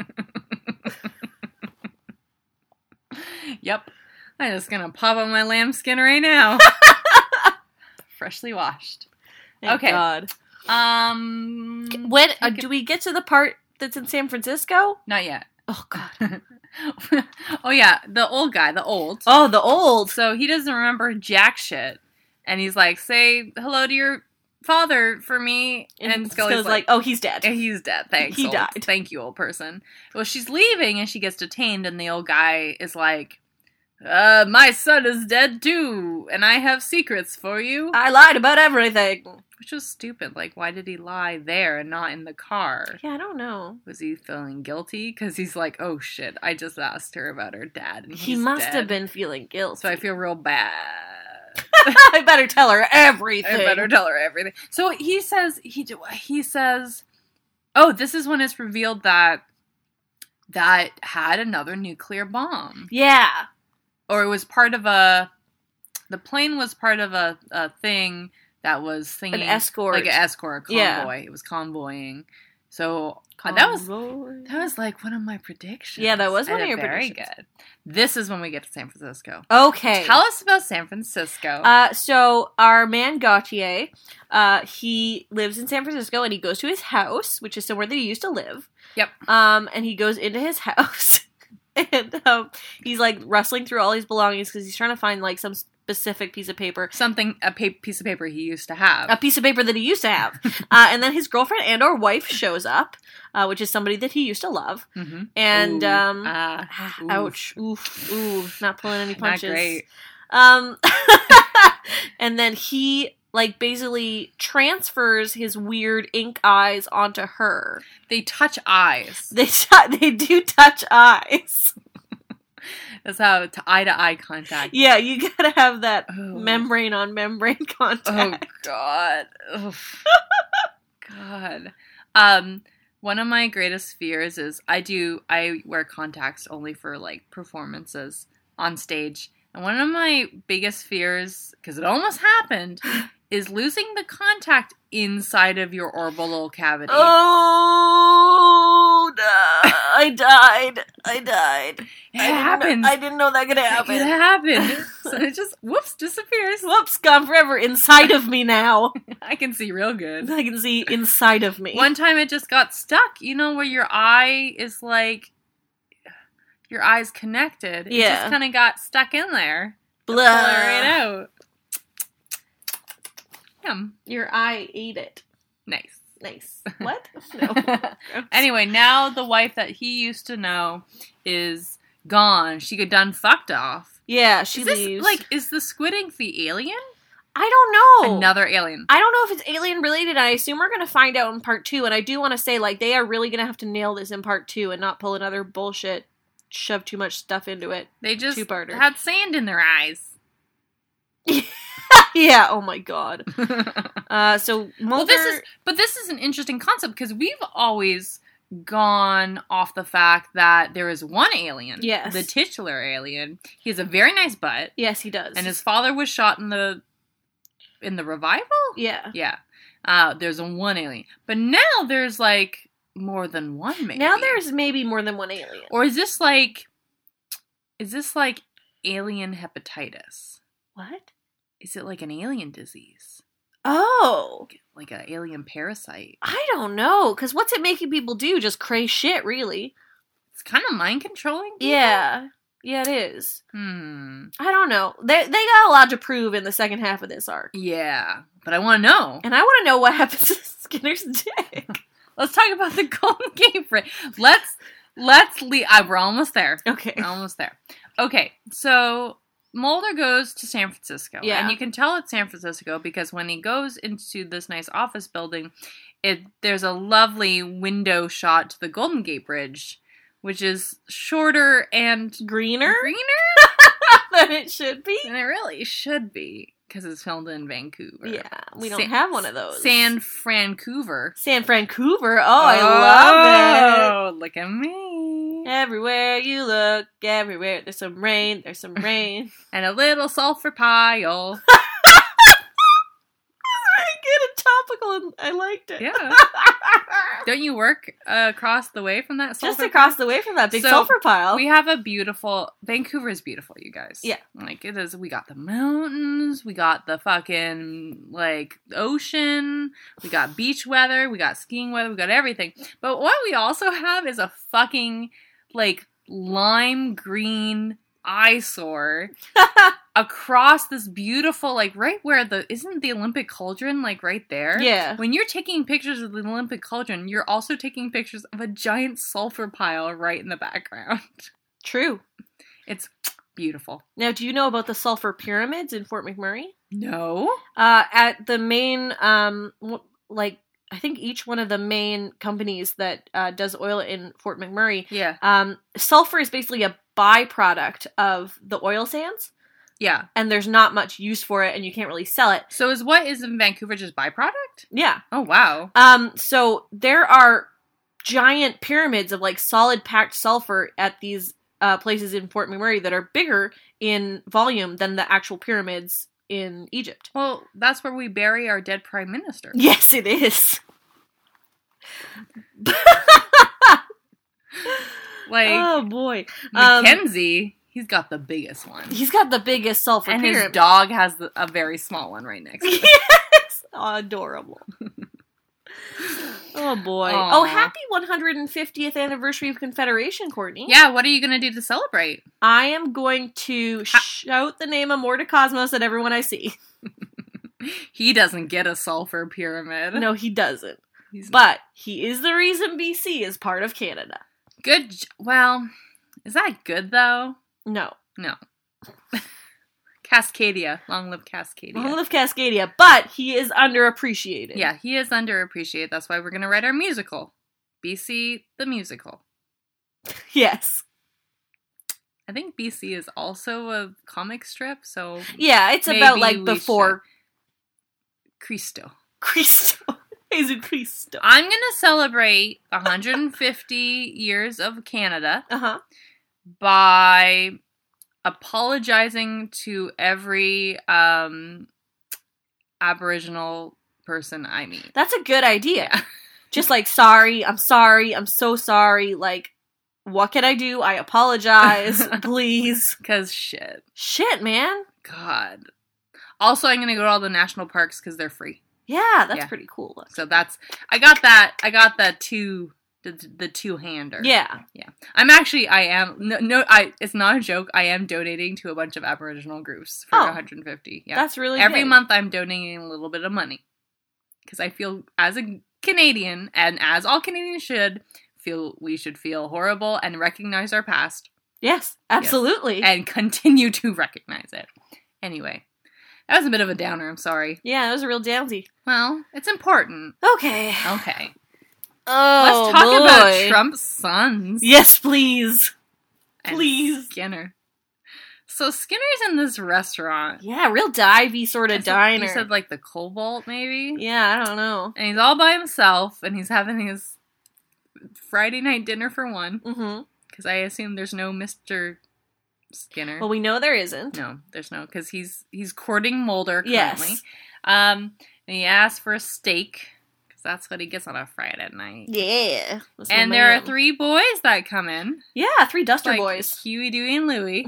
Speaker 1: Yep. I'm just gonna pop on my lambskin right now. Freshly washed.
Speaker 2: Thank
Speaker 1: Okay.
Speaker 2: God.
Speaker 1: Um.
Speaker 2: When uh, do we get to the part that's in San Francisco?
Speaker 1: Not yet.
Speaker 2: Oh God.
Speaker 1: oh yeah, the old guy, the old.
Speaker 2: Oh, the old.
Speaker 1: So he doesn't remember jack shit, and he's like, "Say hello to your father for me." And, Scully's, like,
Speaker 2: oh, he's dead.
Speaker 1: And he's dead. Thanks.
Speaker 2: He
Speaker 1: old-
Speaker 2: died.
Speaker 1: Thank you, old person. Well, she's leaving and she gets detained, and the old guy is like, Uh, my son is dead too, and I have secrets for you.
Speaker 2: I lied about everything.
Speaker 1: Which was stupid. Like, why did he lie there and not in the car?
Speaker 2: Yeah, I don't know.
Speaker 1: Was he feeling guilty? Because he's like, oh shit, I just asked her about her dad. And
Speaker 2: He
Speaker 1: he's
Speaker 2: must
Speaker 1: dead."
Speaker 2: have been feeling guilty.
Speaker 1: So I feel real bad.
Speaker 2: I better tell her everything.
Speaker 1: I better tell her everything. So he says he he says, oh, this is when it's revealed that that had another nuclear bomb.
Speaker 2: yeah.
Speaker 1: or it was part of a the plane was part of a, a thing that was singing
Speaker 2: An escort.
Speaker 1: like an escort a
Speaker 2: Yeah.
Speaker 1: convoy it was convoying so uh, that was
Speaker 2: Convoy.
Speaker 1: that was like one of my predictions
Speaker 2: Yeah, that was one
Speaker 1: And
Speaker 2: of your
Speaker 1: very
Speaker 2: predictions.
Speaker 1: good this is when we get to san francisco
Speaker 2: Okay.
Speaker 1: tell us about san francisco
Speaker 2: Uh, so our man Gautier, uh, he lives in San Francisco, and he goes to his house, which is somewhere that he used to live.
Speaker 1: Yep.
Speaker 2: Um, and he goes into his house, and um, he's like rustling through all his belongings because he's trying to find like some specific piece of paper,
Speaker 1: something a pa- piece of paper he used to have
Speaker 2: a piece of paper that he used to have. uh, and then his girlfriend and or wife shows up, uh, which is somebody that he used to love,
Speaker 1: mm-hmm.
Speaker 2: and um.
Speaker 1: ah,
Speaker 2: ah,
Speaker 1: oof.
Speaker 2: Ouch! Oof! Oof! Not pulling any
Speaker 1: not
Speaker 2: punches.
Speaker 1: great
Speaker 2: Um, and then he like basically transfers his weird ink eyes onto her.
Speaker 1: they touch eyes
Speaker 2: They t- they do touch eyes.
Speaker 1: that's how it's eye to eye contact
Speaker 2: Yeah, you gotta have that
Speaker 1: Oh.
Speaker 2: membrane on membrane
Speaker 1: Oh
Speaker 2: contact.
Speaker 1: God. Oof. God. Um one of my greatest fears is I do I wear contacts only for like performances on stage. And one of my biggest fears cuz it almost happened is losing the contact inside of your orbital cavity.
Speaker 2: Oh, no. I died. I died.
Speaker 1: it
Speaker 2: I didn't know-
Speaker 1: happens.
Speaker 2: I didn't know that could happen.
Speaker 1: it happened. so it just whoops disappears.
Speaker 2: Whoops, gone forever inside of me now.
Speaker 1: I can see real good.
Speaker 2: I can see inside of me.
Speaker 1: One time it just got stuck, you know, where your eye is like your eyes connected. It
Speaker 2: Yeah. Uh.
Speaker 1: just kind of got stuck in there.
Speaker 2: Blah.
Speaker 1: Pull it right out. Yum.
Speaker 2: Your eye ate it.
Speaker 1: Nice.
Speaker 2: Nice. What? No.
Speaker 1: Anyway, now the wife that he used to know is gone. She got done fucked off.
Speaker 2: Yeah, she
Speaker 1: is this,
Speaker 2: leaves.
Speaker 1: like is the squid ink the alien?
Speaker 2: I don't know.
Speaker 1: Another alien.
Speaker 2: I don't know if it's alien related. I assume we're gonna find out in part two. And I do want to say, like, they are really gonna have to nail this in part two and not pull another bullshit, shove too much stuff into it.
Speaker 1: They just
Speaker 2: Two-parter.
Speaker 1: had sand in their eyes.
Speaker 2: yeah. Oh my god. Uh. So
Speaker 1: Well,
Speaker 2: Mulder.
Speaker 1: this is but this is an interesting concept because we've always gone off the fact that there is one alien,
Speaker 2: Yes.
Speaker 1: the titular alien. He has a very nice butt,
Speaker 2: Yes, he does.
Speaker 1: and his father was shot in the in the revival.
Speaker 2: Yeah.
Speaker 1: Yeah, uh, there's one alien, but now there's like more than one. Maybe
Speaker 2: Now there's maybe more than one alien.
Speaker 1: or is this like is this like alien hepatitis?
Speaker 2: What?
Speaker 1: Is it like an alien disease,
Speaker 2: Oh.
Speaker 1: like an alien parasite?
Speaker 2: I don't know, cause what's it making people do? Just cray shit, really?
Speaker 1: It's kind of mind controlling.
Speaker 2: Yeah. Yeah, it is.
Speaker 1: Hmm.
Speaker 2: I don't know. They they got a lot to prove in the second half of this arc.
Speaker 1: Yeah, but I want to know.
Speaker 2: And I want to know what happens to Skinner's dick.
Speaker 1: Let's talk about the Golden Gate Bridge. Let's let's leave. I, we're almost there.
Speaker 2: Okay.
Speaker 1: We're almost there. Okay, so Mulder goes to San Francisco,
Speaker 2: Yeah.
Speaker 1: and you can tell it's San Francisco because when he goes into this nice office building, it there's a lovely window shot to the Golden Gate Bridge, which is shorter and
Speaker 2: Greener
Speaker 1: greener
Speaker 2: than it should be.
Speaker 1: than it really should be because it's filmed in Vancouver.
Speaker 2: Yeah, we don't
Speaker 1: San-
Speaker 2: have one of those.
Speaker 1: San Francouver.
Speaker 2: San Vancouver. Oh, I love it.
Speaker 1: Oh, Look at me.
Speaker 2: Everywhere you look, everywhere there's some rain. There's some rain.
Speaker 1: And a little sulfur pile.
Speaker 2: I get it topical, and I liked it.
Speaker 1: Yeah. Don't you work uh, across the way from that sulfur?
Speaker 2: Just across the way from that big
Speaker 1: So,
Speaker 2: sulfur pile.
Speaker 1: We have a beautiful Vancouver is beautiful, you guys.
Speaker 2: Oh. Yeah.
Speaker 1: Like it is we got the mountains, we got the fucking like ocean, we got beach weather, we got skiing weather, we got everything. But what we also have is a fucking like lime green eyesore across this beautiful like right where the isn't the Olympic cauldron like right there?
Speaker 2: yeah.
Speaker 1: When you're taking pictures of the Olympic cauldron, you're also taking pictures of a giant sulfur pile right in the background.
Speaker 2: True.
Speaker 1: It's Beautiful.
Speaker 2: Now, do you know about the sulfur pyramids in Fort McMurray?
Speaker 1: No.
Speaker 2: uh, at the main um w- like i think each one of the main companies that uh, does oil in fort mcmurray
Speaker 1: Yeah.
Speaker 2: um, sulfur is basically a byproduct of the oil sands
Speaker 1: Yeah.
Speaker 2: and there's not much use for it and you can't really sell it
Speaker 1: So is what is in Vancouver just byproduct?
Speaker 2: yeah
Speaker 1: Oh wow.
Speaker 2: um so there are giant pyramids of like solid packed sulfur at these uh, places in fort mcmurray that are bigger in volume than the actual pyramids in egypt
Speaker 1: Well, that's where we bury our dead prime minister.
Speaker 2: Yes, it is.
Speaker 1: Like
Speaker 2: oh boy, um,
Speaker 1: Mackenzie, he's got the biggest one.
Speaker 2: he's got the biggest sulfur
Speaker 1: And his
Speaker 2: pyramid.
Speaker 1: dog has the, a very small one right next to it.
Speaker 2: yes, oh, adorable. oh boy!
Speaker 1: Aw.
Speaker 2: Oh, happy 150th anniversary of Confederation, Courtney.
Speaker 1: Yeah, what are you going to do to celebrate?
Speaker 2: I am going to shout the name of Morta Cosmos at everyone I see.
Speaker 1: He doesn't get a sulfur pyramid.
Speaker 2: No, he doesn't,
Speaker 1: He's-
Speaker 2: but he is the reason BC is part of Canada.
Speaker 1: Good. j- Well, is that good though?
Speaker 2: No,
Speaker 1: No. Cascadia. Long live Cascadia.
Speaker 2: long live Cascadia, but he is underappreciated.
Speaker 1: yeah, he is underappreciated. That's why we're going to write our musical. BC, the musical.
Speaker 2: Yes.
Speaker 1: I think BC is also a comic strip, so
Speaker 2: Yeah, it's
Speaker 1: Maybe
Speaker 2: about like
Speaker 1: we
Speaker 2: before
Speaker 1: Cristo.
Speaker 2: Cristo. Is it Cristo?
Speaker 1: I'm going to celebrate 150 years of Canada
Speaker 2: Uh huh.
Speaker 1: by apologizing to every um, Aboriginal person I meet.
Speaker 2: That's a good idea. Just like, sorry, I'm sorry, I'm so sorry. Like, what can I do? I apologize, please.
Speaker 1: Because shit.
Speaker 2: Shit, man.
Speaker 1: God. Also, I'm going to go to all the national parks because they're free.
Speaker 2: Yeah, that's
Speaker 1: Yeah.
Speaker 2: pretty cool.
Speaker 1: So that's, I got that, I got the two, the, the two hander.
Speaker 2: Yeah.
Speaker 1: I'm actually, I am, no, no, I, it's not a joke. I am donating to a bunch of Aboriginal groups for
Speaker 2: Oh.
Speaker 1: 150. Yeah.
Speaker 2: That's really
Speaker 1: Every
Speaker 2: good.
Speaker 1: month I'm donating a little bit of money because I feel as a Canadian and as all Canadians should feel we should feel horrible and recognize our past
Speaker 2: Yes, absolutely.
Speaker 1: and continue to recognize it. Anyway, that was a bit of a downer. I'm sorry.
Speaker 2: Yeah, that was a real downsy.
Speaker 1: Well, it's important.
Speaker 2: Okay.
Speaker 1: Okay,
Speaker 2: Oh,
Speaker 1: let's talk about
Speaker 2: boy.
Speaker 1: Trump's sons.
Speaker 2: Yes, please.
Speaker 1: and
Speaker 2: please.
Speaker 1: Skinner. So Skinner's in this restaurant.
Speaker 2: Yeah, real divey sort of
Speaker 1: I said-
Speaker 2: diner.
Speaker 1: You said like the Cobalt, maybe.
Speaker 2: yeah, I don't know.
Speaker 1: and he's all by himself and he's having his Friday night dinner for one
Speaker 2: Mm-hmm.
Speaker 1: because I assume there's no Mr. Skinner.
Speaker 2: Well, we know there isn't.
Speaker 1: no, there's no because he's he's courting Mulder currently.
Speaker 2: Yes.
Speaker 1: Um, and he asks for a steak because that's what he gets on a Friday night.
Speaker 2: Yeah. That's my
Speaker 1: And there are
Speaker 2: man.
Speaker 1: three boys that come in,
Speaker 2: Yeah, three Duster
Speaker 1: like
Speaker 2: Boys.
Speaker 1: Huey, Dewey, and Louie,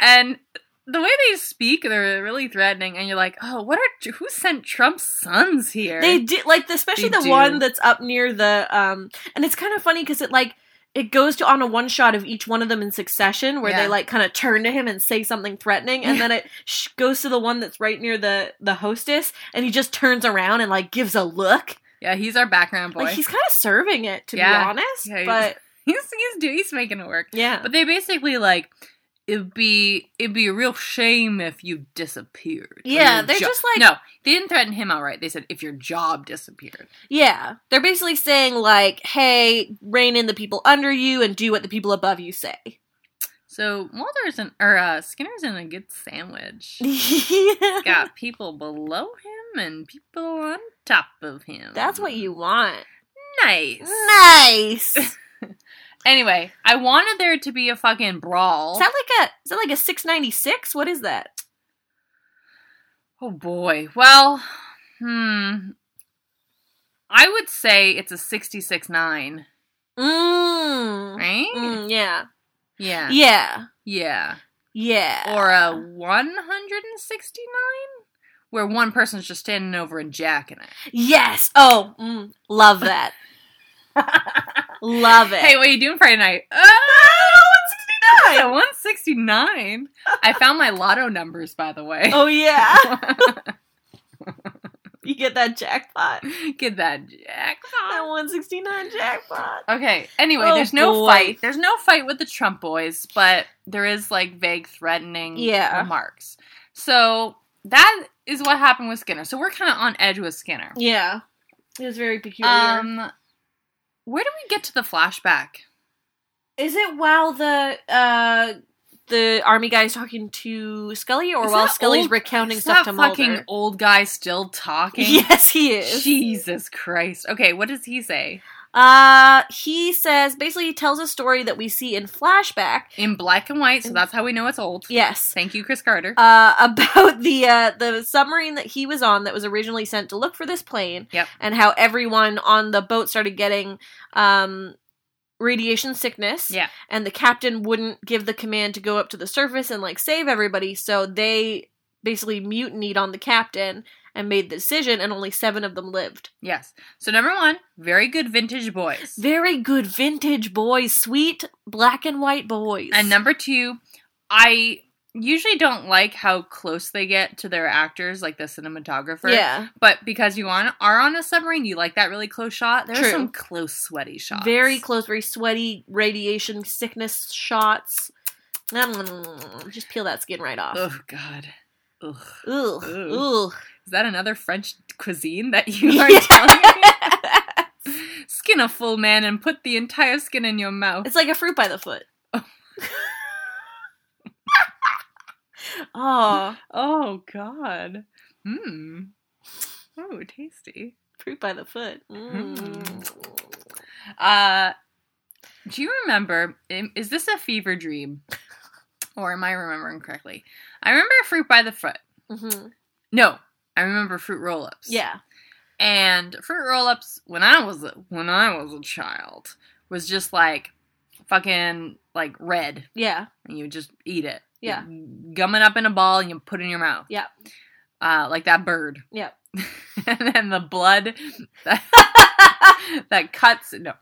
Speaker 1: and. The way they speak, they're really threatening, and you're like, "Oh, what are who sent Trump's sons here?"
Speaker 2: They do like the, especially
Speaker 1: They
Speaker 2: the
Speaker 1: do.
Speaker 2: one that's up near the um, and it's kind of funny because it like it goes to on a one shot of each one of them in succession where
Speaker 1: Yeah.
Speaker 2: they like kind of turn to him and say something threatening, and
Speaker 1: Yeah.
Speaker 2: then it sh- goes to the one that's right near the the hostess, and he just turns around and like gives a look,
Speaker 1: yeah, he's our background boy.
Speaker 2: like he's kind of serving it to
Speaker 1: Yeah.
Speaker 2: be honest,
Speaker 1: Yeah, he-
Speaker 2: but
Speaker 1: he's he's do he's making it work.
Speaker 2: yeah,
Speaker 1: But they basically like it'd be it'd be a real shame if you disappeared. or
Speaker 2: Yeah,
Speaker 1: your
Speaker 2: they're
Speaker 1: jo-
Speaker 2: just like-
Speaker 1: no. They didn't threaten him outright. They said if your job disappeared.
Speaker 2: yeah, they're basically saying like, hey, rein in the people under you and do what the people above you say.
Speaker 1: So Mulder's in or uh, Skinner's in a good sandwich. Got people below him and people on top of him.
Speaker 2: That's what you want.
Speaker 1: nice.
Speaker 2: Nice. is
Speaker 1: Anyway, I wanted there to be a fucking brawl.
Speaker 2: that like a is that like a six ninety six? What is that?
Speaker 1: Oh boy. Well, hmm. I would say it's a 66.9,
Speaker 2: Mm.
Speaker 1: right?
Speaker 2: mm yeah.
Speaker 1: Yeah.
Speaker 2: Yeah.
Speaker 1: Yeah.
Speaker 2: Yeah.
Speaker 1: Or a 169 where one person's just standing over and jacking it.
Speaker 2: yes. Oh, mm, love that. love it.
Speaker 1: Hey, what are you doing Friday night? Uh, Oh, 169. 169. I found my lotto numbers by the way.
Speaker 2: oh yeah. Oh, You get that jackpot.
Speaker 1: Get that
Speaker 2: That
Speaker 1: jackpot.
Speaker 2: 169 jackpot.
Speaker 1: Okay. Anyway,
Speaker 2: Oh,
Speaker 1: there's no
Speaker 2: boy.
Speaker 1: fight. There's no fight with the Trump boys, but there is like vague threatening
Speaker 2: Yeah.
Speaker 1: remarks. So that is what happened with Skinner. So we're kind of on edge with Skinner.
Speaker 2: Yeah. It was very peculiar.
Speaker 1: Um, where do we get to the flashback?
Speaker 2: Is it while the uh the army guy is talking to Scully or
Speaker 1: Is
Speaker 2: while
Speaker 1: that
Speaker 2: Scully's
Speaker 1: old-
Speaker 2: recounting
Speaker 1: Is
Speaker 2: stuff
Speaker 1: that
Speaker 2: to
Speaker 1: fucking
Speaker 2: Mulder?
Speaker 1: old guy still talking?
Speaker 2: Yes, he is.
Speaker 1: Jesus Christ. Okay, what does he say?
Speaker 2: Uh he says basically he tells a story that we see in flashback.
Speaker 1: In black and white, so that's how we know it's old.
Speaker 2: Yes.
Speaker 1: Thank you, Chris Carter.
Speaker 2: Uh, about the uh, the submarine that he was on that was originally sent to look for this plane,
Speaker 1: Yep.
Speaker 2: and how everyone on the boat started getting um, radiation sickness,
Speaker 1: Yeah.
Speaker 2: and the captain wouldn't give the command to go up to the surface and like save everybody, so they basically mutinied on the captain and made the decision, and only seven of them lived.
Speaker 1: yes. So, number one, very good vintage boys.
Speaker 2: Very good vintage boys, sweet black and white boys,
Speaker 1: And number two, I usually don't like how close they get to their actors, like the cinematographer.
Speaker 2: yeah,
Speaker 1: But because you on, are on a submarine, you like that really close shot. There's
Speaker 2: True.
Speaker 1: some close, sweaty shots.
Speaker 2: Very close, very sweaty, radiation sickness shots. Mm, Just peel that skin right off. Ugh.
Speaker 1: Oh, God. Ugh.
Speaker 2: Ugh.
Speaker 1: Ugh. Is that another French cuisine that you are
Speaker 2: Yes.
Speaker 1: telling me? Skin a full man and put the entire skin in your mouth.
Speaker 2: It's like a fruit by the foot. oh,
Speaker 1: Oh God. Hmm. Oh, tasty.
Speaker 2: fruit by the foot. Mm.
Speaker 1: Hmm. Uh, do you remember? i- Is this a fever dream, or am I remembering correctly? I remember fruit by the foot.
Speaker 2: Mhm.
Speaker 1: No, I remember fruit roll-ups.
Speaker 2: Yeah.
Speaker 1: And fruit roll-ups when I was a, when I was a child was just like fucking like red.
Speaker 2: Yeah.
Speaker 1: and you just eat it.
Speaker 2: Yeah.
Speaker 1: You gum it up in a ball and you put it in your mouth.
Speaker 2: Yeah.
Speaker 1: Uh, like that bird.
Speaker 2: Yeah.
Speaker 1: and then the blood that, that cuts. No.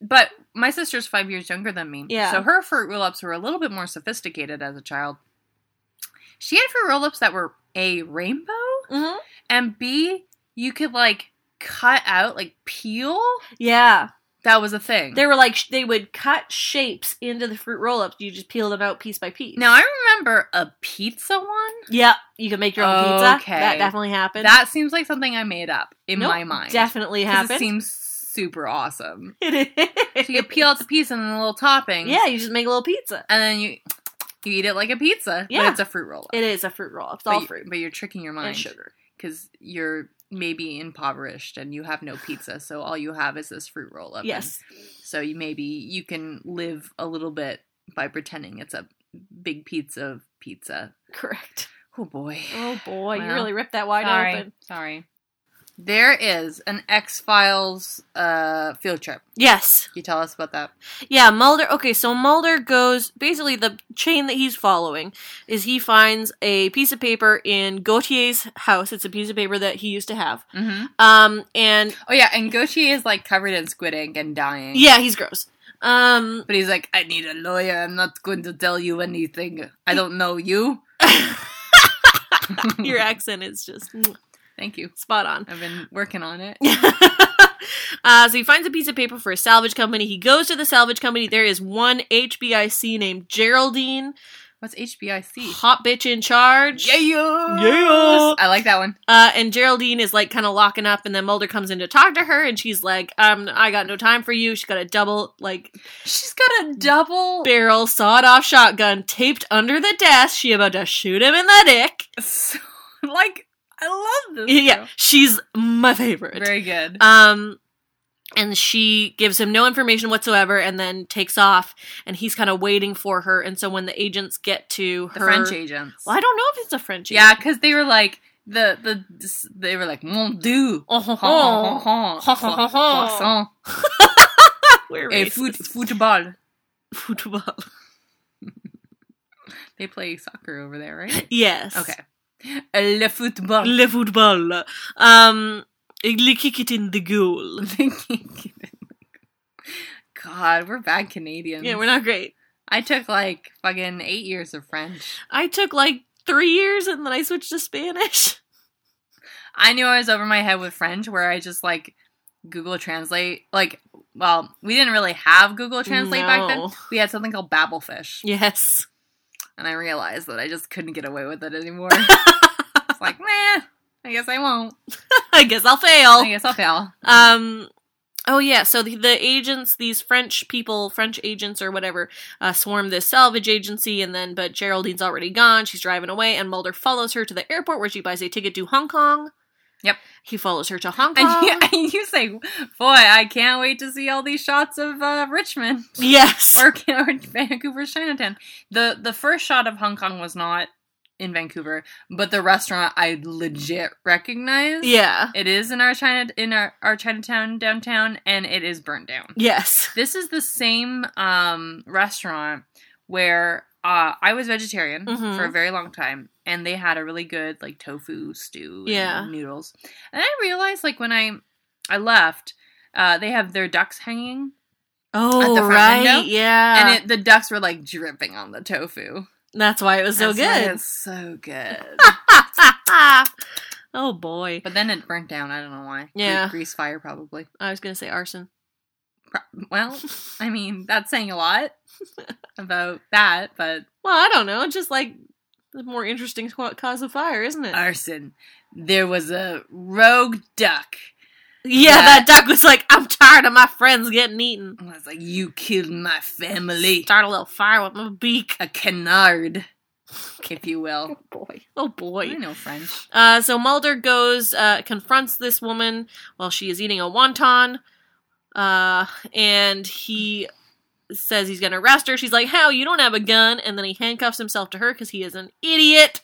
Speaker 1: But my sister's five years younger than me.
Speaker 2: Yeah.
Speaker 1: So her fruit roll ups were a little bit more sophisticated as a child. She had fruit roll ups that were A, rainbow,
Speaker 2: hmm
Speaker 1: and B, you could like cut out, like peel.
Speaker 2: Yeah.
Speaker 1: That was a thing.
Speaker 2: They were like, sh- they would cut shapes into the fruit roll ups. You just peel them out piece by piece.
Speaker 1: now I remember a pizza one.
Speaker 2: Yep. You can make your own pizza.
Speaker 1: Okay.
Speaker 2: That definitely happened.
Speaker 1: That seems like something I made up in
Speaker 2: Nope,
Speaker 1: my mind.
Speaker 2: Definitely
Speaker 1: 'Cause
Speaker 2: happened.
Speaker 1: It seems super awesome.
Speaker 2: It is.
Speaker 1: So you peel out the piece and the little toppings.
Speaker 2: Yeah, you just make a little pizza.
Speaker 1: And then you you eat it like a pizza.
Speaker 2: Yeah.
Speaker 1: But it's a fruit roll up.
Speaker 2: It is a fruit roll. It's
Speaker 1: but
Speaker 2: all
Speaker 1: you-
Speaker 2: fruit
Speaker 1: but you're tricking your
Speaker 2: and
Speaker 1: mind.
Speaker 2: sugar.
Speaker 1: Because you're maybe impoverished and you have no pizza, so all you have is this fruit roll up.
Speaker 2: Yes.
Speaker 1: So you maybe you can live a little bit by pretending it's a big pizza of pizza.
Speaker 2: Correct.
Speaker 1: Oh boy.
Speaker 2: Oh boy, you
Speaker 1: Well,
Speaker 2: really ripped that wide
Speaker 1: sorry.
Speaker 2: open.
Speaker 1: Sorry. There is an X Files uh, field trip.
Speaker 2: Yes.
Speaker 1: Can you tell us about that?
Speaker 2: Yeah, Mulder. Okay, so Mulder goes basically the chain that he's following is he finds a piece of paper in Gautier's house. It's a piece of paper that he used to have.
Speaker 1: Mm-hmm.
Speaker 2: Um and
Speaker 1: Oh yeah, and Gauthier is like covered in squid ink and dying.
Speaker 2: yeah, he's gross. Um
Speaker 1: But he's like, I need a lawyer. I'm not going to tell you anything. I don't know you.
Speaker 2: your accent is just mm,
Speaker 1: Thank you.
Speaker 2: spot on.
Speaker 1: I've been working on it.
Speaker 2: uh, so he finds a piece of paper for a salvage company. He goes to the salvage company. There is one HBIC named Geraldine,
Speaker 1: What's HBIC?
Speaker 2: hot bitch in charge.
Speaker 1: Yeah. I like that one.
Speaker 2: Uh, and Geraldine is like kind of locking up, and then Mulder comes in to talk to her, and she's like, um, "I got no time for you." She's got a double like
Speaker 1: She's got a double
Speaker 2: barrel sawed off shotgun taped under the desk. She about to shoot him in the dick.
Speaker 1: So, like, I love this.
Speaker 2: Yeah, she's my favorite.
Speaker 1: girl. Very good.
Speaker 2: Um, and she gives him no information whatsoever, and then takes off. And he's kind of waiting for her. And so when the agents get to
Speaker 1: the
Speaker 2: her,
Speaker 1: French agents.
Speaker 2: well, I don't know if it's a French
Speaker 1: Yeah, because they were like the the they were like mon dieu.
Speaker 2: Oh, ho, ho.
Speaker 1: Croissant.
Speaker 2: We're
Speaker 1: Eh,
Speaker 2: racist.
Speaker 1: foot, football.
Speaker 2: Football.
Speaker 1: They play soccer over there, right?
Speaker 2: Yes. Oh.
Speaker 1: Okay. Le football.
Speaker 2: Le football. Um, le kick it in the goal.
Speaker 1: God, we're bad Canadians.
Speaker 2: Yeah, we're not great.
Speaker 1: I took like fucking eight years of French.
Speaker 2: I took like three years, and then I switched to Spanish.
Speaker 1: I knew I was over my head with French, where I just like Google Translate. Like, well, we didn't really have Google Translate back then.
Speaker 2: No.
Speaker 1: We had something called Babblefish,
Speaker 2: Yes.
Speaker 1: and I realized that I just couldn't get away with it anymore. it's like, meh. I guess I won't.
Speaker 2: I guess I'll
Speaker 1: I
Speaker 2: fail.
Speaker 1: guess I'll fail.
Speaker 2: Um Oh yeah, so the, the agents, these French people, French agents or whatever, uh, swarm this salvage agency, and then but Geraldine's already gone. She's driving away, and Mulder follows her to the airport where she buys a ticket to Hong Kong.
Speaker 1: Yep.
Speaker 2: he follows her to Hong Kong.
Speaker 1: And you, and you say, boy, I can't wait to see all these shots of uh, Richmond
Speaker 2: yes,
Speaker 1: or, or Vancouver's Chinatown. The the first shot of Hong Kong was not in Vancouver, but the restaurant I legit recognize.
Speaker 2: yeah,
Speaker 1: It is in our China in our, our Chinatown downtown and it is burnt down.
Speaker 2: yes,
Speaker 1: This is the same um restaurant where uh, I was vegetarian
Speaker 2: Mhm.
Speaker 1: for a very long time and they had a really good like tofu stew and
Speaker 2: Yeah.
Speaker 1: noodles. And I realized like when I I left, uh, they have their ducks hanging
Speaker 2: oh
Speaker 1: front
Speaker 2: right,
Speaker 1: window,
Speaker 2: yeah,
Speaker 1: and it, the ducks were like dripping on the tofu.
Speaker 2: that's why it was so
Speaker 1: That's why
Speaker 2: good.
Speaker 1: It's so good.
Speaker 2: oh boy,
Speaker 1: but then it burnt down. I don't know why. Gre-
Speaker 2: Yeah.
Speaker 1: grease fire probably.
Speaker 2: I was gonna say arson.
Speaker 1: Pro- well, I mean that's saying a lot about that, but
Speaker 2: Well, I don't know. It's just like the more interesting squ- cause of fire, isn't it?
Speaker 1: arson. There was a rogue duck.
Speaker 2: yeah,
Speaker 1: that-
Speaker 2: that duck was like, I'm tired of my friends getting eaten.
Speaker 1: I was like, "You killed my family."
Speaker 2: Start a little fire with my beak.
Speaker 1: A canard, if you will.
Speaker 2: boy. Oh
Speaker 1: I
Speaker 2: boy.
Speaker 1: know French.
Speaker 2: Uh, so Mulder goes, uh, confronts this woman while she is eating a wonton, uh, and he says he's going to arrest her. She's like, "How? You don't have a gun?" And then he handcuffs himself to her because he is an idiot.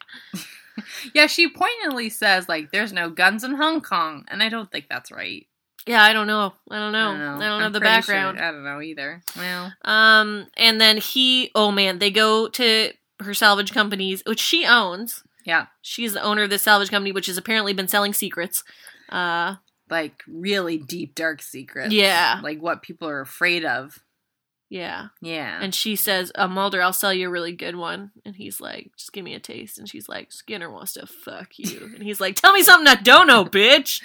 Speaker 1: Yeah, she poignantly says like, "There's no guns in Hong Kong," and I don't think that's right.
Speaker 2: Yeah, I don't know. I don't know. I don't,
Speaker 1: I'm
Speaker 2: have the
Speaker 1: pretty
Speaker 2: background.
Speaker 1: Sure. I don't know either. Well,
Speaker 2: Um, and then he, oh man, they go to her salvage companies, which she owns.
Speaker 1: yeah,
Speaker 2: She's the owner of this salvage company, which has apparently been selling secrets. Uh,
Speaker 1: like really deep, dark secrets.
Speaker 2: Yeah.
Speaker 1: like what people are afraid of.
Speaker 2: yeah.
Speaker 1: Yeah,
Speaker 2: And she says, uh, Mulder, I'll sell you a really good one. And he's like, just give me a taste. And she's like, Skinner wants to fuck you. And he's like, tell me something I don't know, bitch.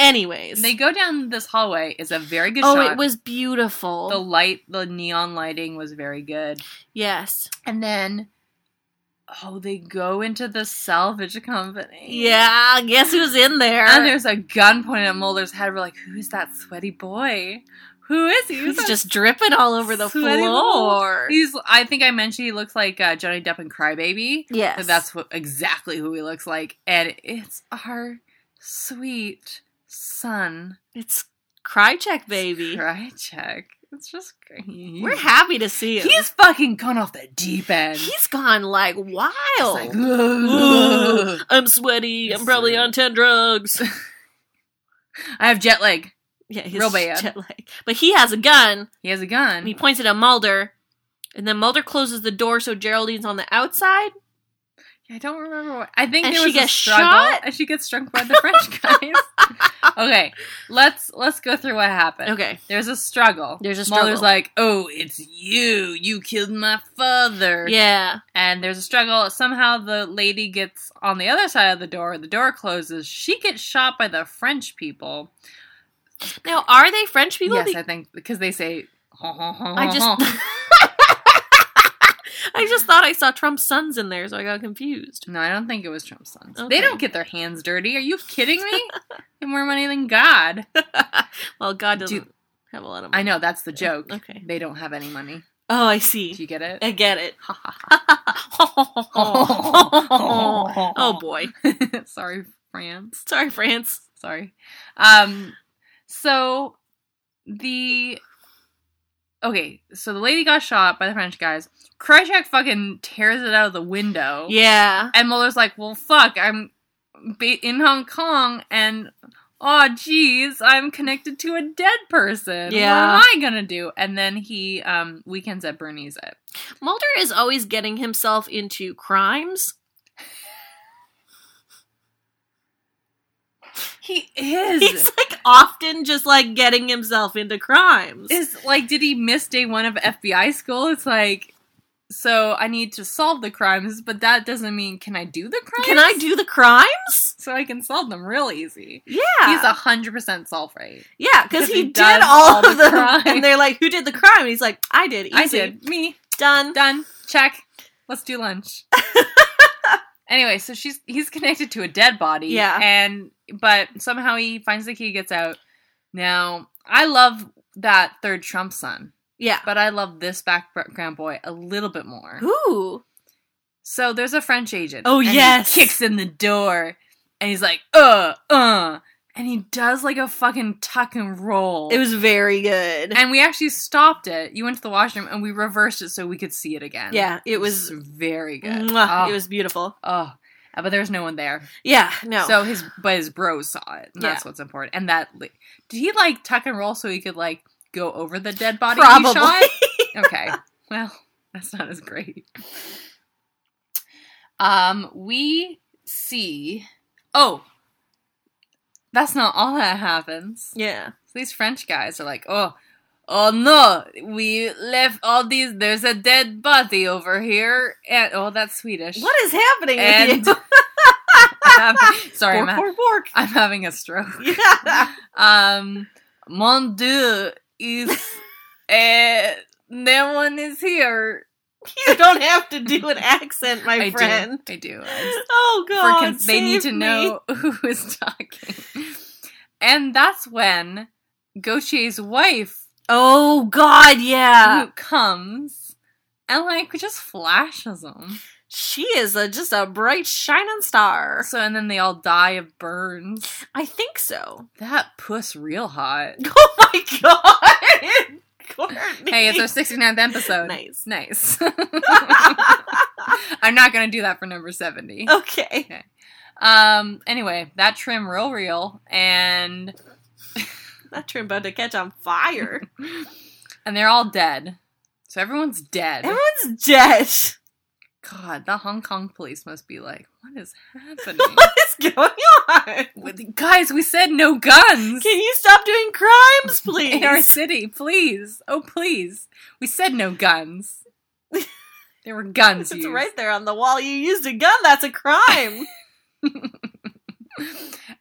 Speaker 2: Anyways.
Speaker 1: they go down this hallway. It's a very good
Speaker 2: oh,
Speaker 1: shot.
Speaker 2: it was beautiful.
Speaker 1: the light, the neon lighting was very good.
Speaker 2: yes.
Speaker 1: And then, oh, they go into the salvage company.
Speaker 2: Yeah, guess who's in there?
Speaker 1: and there's a gun pointed at Mulder's head. We're like, who's that sweaty boy? Who is he? Who's
Speaker 2: He's
Speaker 1: that
Speaker 2: just dripping all over the
Speaker 1: sweaty
Speaker 2: floor.
Speaker 1: boy? He's. I think I mentioned he looks like uh, Johnny Depp in Crybaby.
Speaker 2: Yes.
Speaker 1: That's what exactly who he looks like, and it's our sweet son,
Speaker 2: It's Krychek, baby.
Speaker 1: Krychek. It's just great.
Speaker 2: We're happy to see him.
Speaker 1: He's fucking gone off the deep end.
Speaker 2: he's gone like wild.
Speaker 1: It's like,
Speaker 2: Ugh, I'm sweaty.
Speaker 1: Yes,
Speaker 2: I'm probably
Speaker 1: sir.
Speaker 2: on ten drugs.
Speaker 1: I have jet lag.
Speaker 2: yeah, he's
Speaker 1: Real bad.
Speaker 2: jet lag. But he has a gun
Speaker 1: He has a gun.
Speaker 2: and he points it at Mulder, and then Mulder closes the door so Geraldine's on the outside.
Speaker 1: I don't remember what. I think
Speaker 2: And
Speaker 1: there
Speaker 2: she
Speaker 1: was a
Speaker 2: gets
Speaker 1: struggle,
Speaker 2: shot?
Speaker 1: and she gets struck by the French guys. okay, let's let's go through what happened.
Speaker 2: Okay,
Speaker 1: There's a struggle.
Speaker 2: There's a
Speaker 1: Mulder's
Speaker 2: struggle.
Speaker 1: like, "Oh, it's you. You killed my father."
Speaker 2: yeah,
Speaker 1: and there's a struggle. Somehow the lady gets on the other side of the door. The door closes. She gets shot by the French people.
Speaker 2: now are they French people?
Speaker 1: yes, Uh-huh.
Speaker 2: Be-
Speaker 1: I think because they say. "Huh, huh, huh,
Speaker 2: I
Speaker 1: huh, huh."
Speaker 2: just. I just thought I saw Trump's sons in there, so I got confused.
Speaker 1: no, I don't think it was Trump's sons. They
Speaker 2: Okay.
Speaker 1: don't get their hands dirty. Are you kidding me? they have more money than God.
Speaker 2: well, God doesn't
Speaker 1: Do-
Speaker 2: have a lot of money.
Speaker 1: I know that's the joke.
Speaker 2: Okay.
Speaker 1: They don't have any money.
Speaker 2: Oh, I see.
Speaker 1: Do you get it?
Speaker 2: I get it.
Speaker 1: Oh,
Speaker 2: oh boy.
Speaker 1: Sorry, France.
Speaker 2: Sorry, France.
Speaker 1: Sorry. Um so the Okay, so the lady got shot by the French guys. Krychek fucking tears it out of the window.
Speaker 2: Yeah.
Speaker 1: And Mulder's like, "Well, fuck, I'm ba- in Hong Kong and oh jeez, I'm connected to a dead person.
Speaker 2: Yeah.
Speaker 1: What am I going to do?" And then he um weekends at Bernie's it.
Speaker 2: Mulder is always getting himself into crimes.
Speaker 1: He is.
Speaker 2: He's like often just like getting himself into crimes.
Speaker 1: is like did he miss day one of FBI school? It's like so I need to solve the crimes, but that doesn't mean can I do the crimes?
Speaker 2: Can I do the crimes?
Speaker 1: So I can solve them real easy.
Speaker 2: Yeah.
Speaker 1: He's a hundred percent solve right.
Speaker 2: yeah, because
Speaker 1: because
Speaker 2: he,
Speaker 1: he
Speaker 2: did
Speaker 1: does
Speaker 2: all
Speaker 1: all
Speaker 2: of
Speaker 1: the
Speaker 2: them.
Speaker 1: crime.
Speaker 2: And they're like, who did the crime? And he's like, I did. Easy.
Speaker 1: I did. Me
Speaker 2: Done.
Speaker 1: done. Check. Let's do lunch. anyway, so she's he's connected to a dead body.
Speaker 2: Yeah.
Speaker 1: And but somehow he finds the key, gets out. Now I love that third Trump son,
Speaker 2: Yeah.
Speaker 1: but I love this background boy a little bit more.
Speaker 2: Ooh.
Speaker 1: So there's a French agent.
Speaker 2: Oh,
Speaker 1: and
Speaker 2: yes.
Speaker 1: He kicks in the door, and he's like, uh, uh, and he does like a fucking tuck and roll.
Speaker 2: It was very good.
Speaker 1: And we actually stopped it. You went to the washroom, and we reversed it so we could see it again.
Speaker 2: yeah, it was.
Speaker 1: very good.
Speaker 2: mwah,
Speaker 1: Oh,
Speaker 2: It was beautiful.
Speaker 1: oh, Uh, but there was no one there.
Speaker 2: Yeah. No.
Speaker 1: So his but his bros saw it. And That's
Speaker 2: Yeah.
Speaker 1: what's important. And that like, did he like tuck and roll so he could like go over the dead body?
Speaker 2: Probably.
Speaker 1: He shot? okay. Well, that's not as great. Um, we see. Oh, that's not all that happens.
Speaker 2: yeah.
Speaker 1: So these French guys are like, oh, oh no, we left all these. There's a dead body over here, and oh, that's Swedish.
Speaker 2: What is happening
Speaker 1: And
Speaker 2: with you?
Speaker 1: I'm having- sorry, I'm,
Speaker 2: Bork,
Speaker 1: ha-
Speaker 2: bork, bork.
Speaker 1: I'm having a stroke.
Speaker 2: Yeah.
Speaker 1: Um, mon dieu is, uh, no one is here.
Speaker 2: You don't have to do an accent, my
Speaker 1: I
Speaker 2: friend.
Speaker 1: do, I do. I
Speaker 2: Oh
Speaker 1: for
Speaker 2: God.
Speaker 1: con- they need to
Speaker 2: save me.
Speaker 1: know who is talking. And that's when Gautier's wife
Speaker 2: Oh God. Yeah.
Speaker 1: who comes and like just flashes them.
Speaker 2: She is a, just a bright shining star.
Speaker 1: So and then they all die of burns.
Speaker 2: I think so.
Speaker 1: That puss real hot.
Speaker 2: Oh my god! Courtney.
Speaker 1: Hey, it's our 69th episode.
Speaker 2: nice.
Speaker 1: Nice. I'm not gonna do that for number 70.
Speaker 2: okay.
Speaker 1: Um. Anyway, that trim real real, and
Speaker 2: That trim about to catch on fire.
Speaker 1: and they're all dead. So everyone's dead.
Speaker 2: Everyone's dead.
Speaker 1: God, the Hong Kong police must be like, what is happening?
Speaker 2: What is going on?
Speaker 1: With- Guys, we said no guns.
Speaker 2: Can you stop doing crimes, please?
Speaker 1: in our city, please. Oh, please. We said no guns. there were guns
Speaker 2: it's
Speaker 1: used.
Speaker 2: right there on the wall. You used a gun. That's a crime.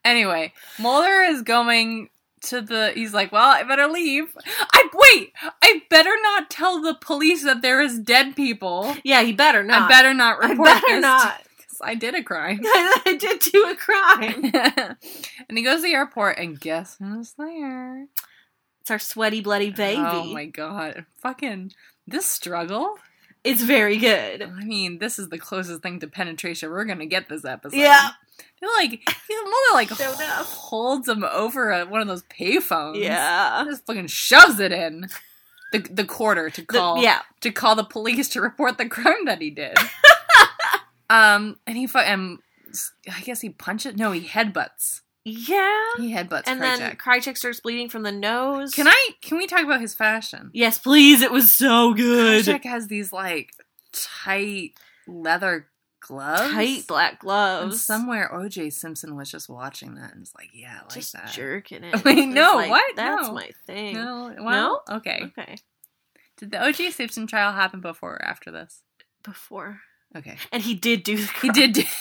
Speaker 1: Anyway, Mulder is going to the. He's like, well, I better leave. I wait. I better not tell the police that there is dead people.
Speaker 2: yeah, you better not.
Speaker 1: I better not
Speaker 2: I
Speaker 1: report
Speaker 2: better
Speaker 1: this.
Speaker 2: not.
Speaker 1: Because I did a crime.
Speaker 2: I did do a crime.
Speaker 1: and he goes to the airport, and guess who's there?
Speaker 2: It's our sweaty, bloody baby.
Speaker 1: Oh my god. Fucking this struggle.
Speaker 2: It's very good.
Speaker 1: I mean, this is the closest thing to penetration we're gonna get this episode.
Speaker 2: Yeah.
Speaker 1: They're like he's more like
Speaker 2: Showed up.
Speaker 1: holds him over at one of those payphones.
Speaker 2: Yeah.
Speaker 1: Just fucking shoves it in. The the quarter to
Speaker 2: The-
Speaker 1: call
Speaker 2: yeah.
Speaker 1: to call the police to report the crime that he did. um and he fu- and s- I guess he punches no, he headbutts.
Speaker 2: Yeah.
Speaker 1: He headbutts
Speaker 2: and then
Speaker 1: Krychek.
Speaker 2: Krychek starts bleeding from the nose.
Speaker 1: Can I can we talk about his fashion?
Speaker 2: Yes, please. It was so good.
Speaker 1: Jack has these like tight leather gloves.
Speaker 2: Tight black
Speaker 1: And
Speaker 2: gloves.
Speaker 1: somewhere OJ Simpson was just watching that and was like, yeah, I like
Speaker 2: just
Speaker 1: that.
Speaker 2: jerking it.
Speaker 1: Like,
Speaker 2: It was
Speaker 1: no, what?
Speaker 2: That's
Speaker 1: No.
Speaker 2: my thing.
Speaker 1: No, well, okay.
Speaker 2: Okay.
Speaker 1: Did the OJ Simpson trial happen before or after this?
Speaker 2: Before.
Speaker 1: Okay.
Speaker 2: And he did do the
Speaker 1: He
Speaker 2: crime.
Speaker 1: did. do-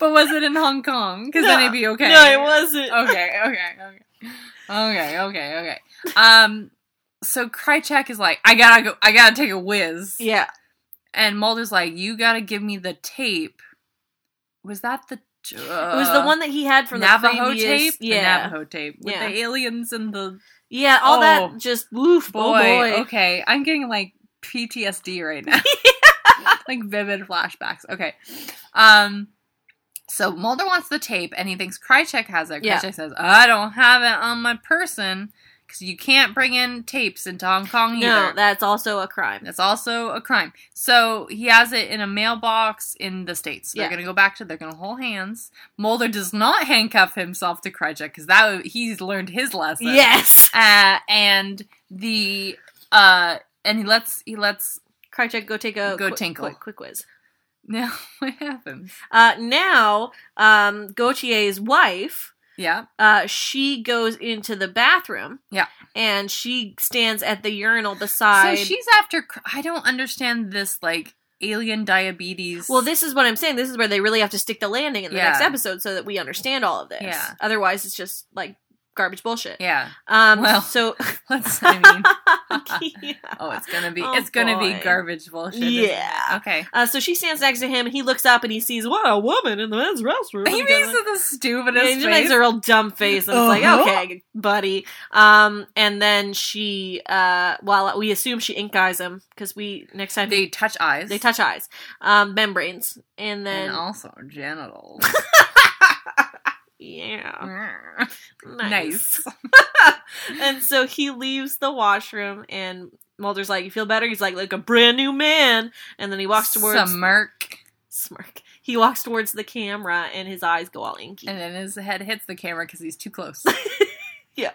Speaker 1: but was it in Hong Kong? Because then
Speaker 2: No.
Speaker 1: it'd be okay.
Speaker 2: No, it wasn't.
Speaker 1: okay, okay, okay. Okay, okay, okay. Um, so Krychek is like, I gotta go, I gotta take a whiz.
Speaker 2: Yeah.
Speaker 1: And Mulder's like, you gotta give me the tape. Was that the. uh,
Speaker 2: It was the one that he had from
Speaker 1: Navajo
Speaker 2: the previous.
Speaker 1: tape? The
Speaker 2: Yeah.
Speaker 1: Navajo tape. With
Speaker 2: Yeah.
Speaker 1: the aliens and the.
Speaker 2: Yeah, all
Speaker 1: Oh.
Speaker 2: that just woof.
Speaker 1: Boy,
Speaker 2: oh boy.
Speaker 1: Okay, I'm getting like PTSD right now. like vivid flashbacks. Okay. Um. So Mulder wants the tape and he thinks Krychek has it. Krychek
Speaker 2: Yeah.
Speaker 1: says, I don't have it on my person because you can't bring in tapes into Hong Kong either.
Speaker 2: No, that's also a crime.
Speaker 1: That's also a crime. So he has it in a mailbox in the States. They're
Speaker 2: Yeah.
Speaker 1: going to go back to, they're going to hold hands. Mulder does not handcuff himself to Krychek because that would, he's learned his lesson.
Speaker 2: Yes.
Speaker 1: Uh, and the, uh, and he lets, he lets,
Speaker 2: Krychek, go take a
Speaker 1: Go
Speaker 2: quick,
Speaker 1: tinkle.
Speaker 2: Quick, quick whiz.
Speaker 1: now what happens?
Speaker 2: Uh, now, um, Gautier's wife
Speaker 1: Yeah.
Speaker 2: Uh, she goes into the bathroom.
Speaker 1: Yeah.
Speaker 2: And she stands at the urinal beside.
Speaker 1: so she's after. cr- I don't understand this like alien diabetes.
Speaker 2: well, this is what I'm saying. This is where they really have to stick the landing in the
Speaker 1: Yeah.
Speaker 2: next episode so that we understand all of this.
Speaker 1: Yeah.
Speaker 2: Otherwise, it's just like garbage bullshit.
Speaker 1: Yeah.
Speaker 2: Um,
Speaker 1: Well.
Speaker 2: so.
Speaker 1: Let's. I mean.
Speaker 2: Yeah.
Speaker 1: Oh, it's gonna be.
Speaker 2: Oh,
Speaker 1: it's gonna
Speaker 2: boy.
Speaker 1: be garbage bullshit. isn't it?
Speaker 2: Yeah.
Speaker 1: Okay.
Speaker 2: Uh, so she stands next to him, and he looks up and he sees, what a woman in the men's restroom.
Speaker 1: He
Speaker 2: And
Speaker 1: makes
Speaker 2: goes,
Speaker 1: the
Speaker 2: Yeah,
Speaker 1: stupidest
Speaker 2: he just
Speaker 1: face.
Speaker 2: makes a real dumb face, and it's
Speaker 3: Uh-huh.
Speaker 2: like, okay, buddy. Um, and then she, uh, well, we assume she ink eyes him because we next time
Speaker 1: they touch eyes.
Speaker 2: they touch eyes, um, membranes, and then
Speaker 1: and also genitals.
Speaker 2: yeah,
Speaker 1: nice.
Speaker 2: and so he leaves the washroom, and Mulder's like, "You feel better?" He's like, "Like a brand new man," and then he walks towards
Speaker 1: some murk,
Speaker 2: smirk. He walks towards the camera, and his eyes go all inky.
Speaker 1: and then his head hits the camera because he's too close.
Speaker 2: Yeah.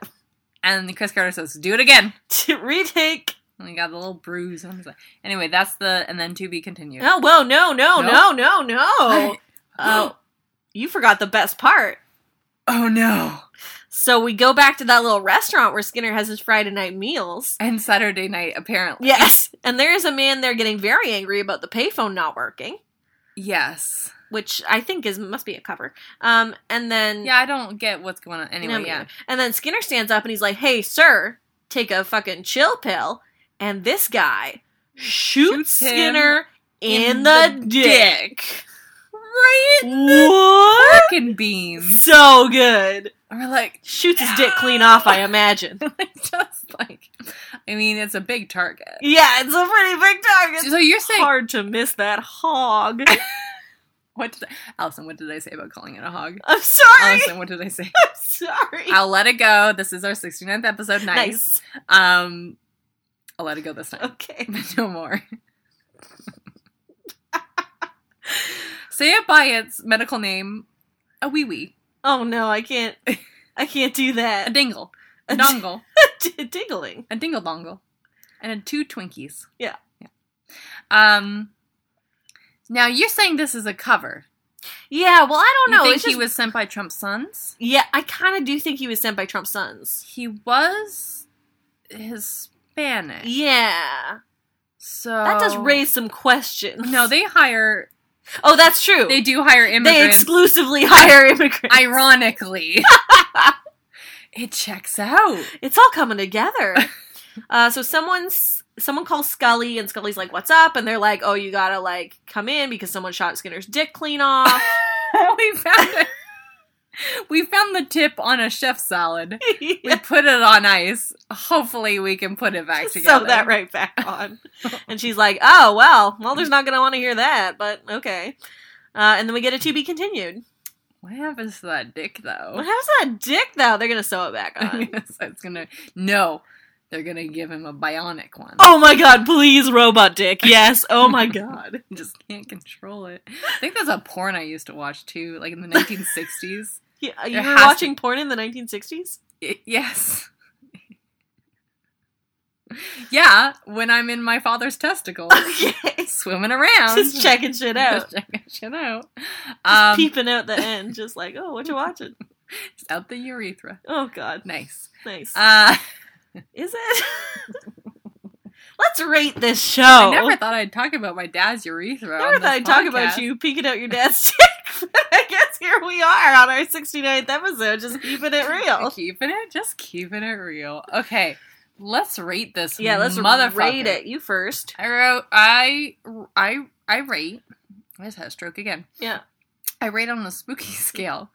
Speaker 1: And Chris Carter says, "Do it again."
Speaker 2: Retake.
Speaker 1: And he got a little bruise on his eye. Anyway, that's the and then to be continued.
Speaker 2: Oh, whoa, no, no,
Speaker 1: No?
Speaker 2: no, no, no. Oh, you forgot the best part.
Speaker 1: oh no!
Speaker 2: So we go back to that little restaurant where Skinner has his Friday night meals.
Speaker 1: And Saturday night apparently.
Speaker 2: Yes. And there is a man there getting very angry about the payphone not working,
Speaker 1: Yes.
Speaker 2: which I think is must be a cover. Um, and then
Speaker 1: Yeah, I don't get what's going on.
Speaker 2: no,
Speaker 1: Anyway,
Speaker 2: me
Speaker 1: yeah.
Speaker 2: neither. And then Skinner stands up and he's like, "Hey, sir, take a fucking chill pill." And this guy shoots,
Speaker 1: Shoots him
Speaker 2: Skinner in,
Speaker 1: in
Speaker 2: the,
Speaker 1: the
Speaker 2: dick.
Speaker 1: Right?
Speaker 2: What?
Speaker 1: Fucking beams.
Speaker 2: So good.
Speaker 1: And we're like,
Speaker 2: Shoots his dick clean off, I imagine.
Speaker 1: like just like I mean, it's a big target.
Speaker 2: Yeah, it's a pretty big target.
Speaker 1: So you're saying
Speaker 2: hard to miss that hog.
Speaker 1: what did I, Allison, what did I say about calling it a hog?
Speaker 2: I'm sorry.
Speaker 1: Allison, what did I say?
Speaker 2: I'm sorry.
Speaker 1: I'll let it go. This is our 69th episode. Nice.
Speaker 2: nice.
Speaker 1: Um I'll let it go this time.
Speaker 2: Okay.
Speaker 1: no more. Say it by its medical name, a wee wee,
Speaker 2: Oh no, I can't. I can't do
Speaker 1: a
Speaker 2: that.
Speaker 1: dingle, a
Speaker 2: A
Speaker 1: dongle,
Speaker 2: d- Dingling.
Speaker 1: a dingle dongle, and a two Twinkies.
Speaker 2: Yeah.
Speaker 1: yeah. Um. Now you're saying this is a cover.
Speaker 2: Yeah. Well, I don't
Speaker 1: you
Speaker 2: know.
Speaker 1: think
Speaker 2: Oh, it's
Speaker 1: he
Speaker 2: just-
Speaker 1: was sent by Trump's sons?
Speaker 2: Yeah, I kind of do think he was sent by Trump's sons.
Speaker 1: He was Hispanic.
Speaker 2: Yeah,
Speaker 1: So
Speaker 2: that does raise some questions.
Speaker 1: Oh. No, they hire.
Speaker 2: Oh, that's true.
Speaker 1: They do hire immigrants.
Speaker 2: They exclusively hire immigrants.
Speaker 1: ironically. it checks out.
Speaker 2: It's all coming together. uh, so someone's someone calls Scully, and Scully's like, "What's up?" And they're like, "Oh, you gotta like come in because someone shot Skinner's dick clean off."
Speaker 1: we found it. We found the tip on a chef salad. We
Speaker 2: Yeah.
Speaker 1: put it on ice. Hopefully, we can put it back together.
Speaker 2: Sew that right back on. and she's like, "Oh well, Mulder's not gonna want to hear that, but okay." Uh, and then we get a to be continued.
Speaker 1: What happens to that dick,
Speaker 2: What
Speaker 1: though?
Speaker 2: happens to that dick though? They're gonna sew it back on.
Speaker 1: So it's gonna. No, they're gonna give him a bionic one.
Speaker 2: Oh my god, please, robot dick. Yes. Oh my god.
Speaker 1: Just can't control it. I think that's a porn I used to watch too, like in the 1960s.
Speaker 2: Yeah, you
Speaker 1: There
Speaker 2: were
Speaker 1: has to-
Speaker 2: watching porn in the 1960s?
Speaker 1: Y- yes. yeah, when I'm in my father's testicles,
Speaker 2: Okay.
Speaker 1: swimming around,
Speaker 2: Just checking shit out.
Speaker 1: Just checking shit out.
Speaker 2: Just
Speaker 1: Um,
Speaker 2: peeping out the end, just like, oh, what you watching?
Speaker 1: out the urethra.
Speaker 2: Oh god,
Speaker 1: Nice.
Speaker 2: nice.
Speaker 1: Uh,
Speaker 2: Is it? Let's rate this show.
Speaker 1: I never thought I'd talk about my dad's urethra.
Speaker 2: Oh. Never
Speaker 1: on
Speaker 2: thought
Speaker 1: this
Speaker 2: I'd talk about
Speaker 1: podcast.
Speaker 2: you peeking out your dad's dick. but I guess here we are on our 69th episode, just keeping it real.
Speaker 1: Keeping it, just keeping it real. Okay, let's rate this.
Speaker 2: Yeah, let's
Speaker 1: motherfucker.
Speaker 2: rate it. You first.
Speaker 1: I wrote. I I I rate. I just had a stroke again.
Speaker 2: Yeah.
Speaker 1: I rate on the spooky scale,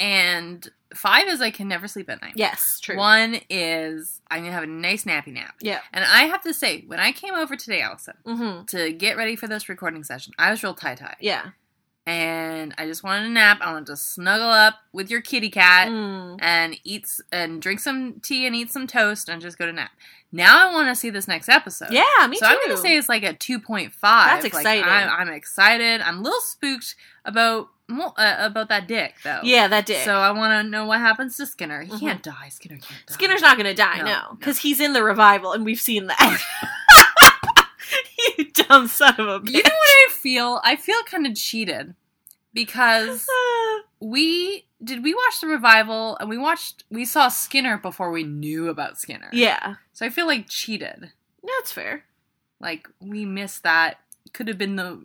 Speaker 1: and five is I can never sleep at night.
Speaker 2: Yes, true.
Speaker 1: One is I'm gonna have a nice nappy nap.
Speaker 2: Yeah.
Speaker 1: And I have to say, when I came over today, Allison,
Speaker 2: Mm-hmm.
Speaker 1: to get ready for this recording session, I was real tie tie.
Speaker 2: Yeah.
Speaker 1: And I just wanted a nap. I wanted to snuggle up with your kitty cat
Speaker 2: Mm.
Speaker 1: and eat s- and drink some tea and eat some toast and just go to nap. Now I want to see this next episode.
Speaker 2: Yeah, me
Speaker 1: so
Speaker 2: too.
Speaker 1: I'm gonna say it's like a 2.5. Like,
Speaker 2: That's exciting.
Speaker 1: I'm, I'm excited. I'm a little spooked about mo- uh, about that dick though.
Speaker 2: yeah, that dick.
Speaker 1: So I want to know what happens to Skinner. He
Speaker 2: Mhm.
Speaker 1: can't die. Skinner can't die.
Speaker 2: Skinner's not gonna die,
Speaker 1: No,
Speaker 2: no,
Speaker 1: no.
Speaker 2: because he's in the revival, and we've seen that. you dumb son of a
Speaker 1: You know
Speaker 2: bitch.
Speaker 1: what I feel? I feel kind of cheated because we did we watch the revival and we watched we saw Skinner before we knew about Skinner.
Speaker 2: Yeah,
Speaker 1: So I feel like cheated.
Speaker 2: that's fair.
Speaker 1: Like we missed that. Could have been the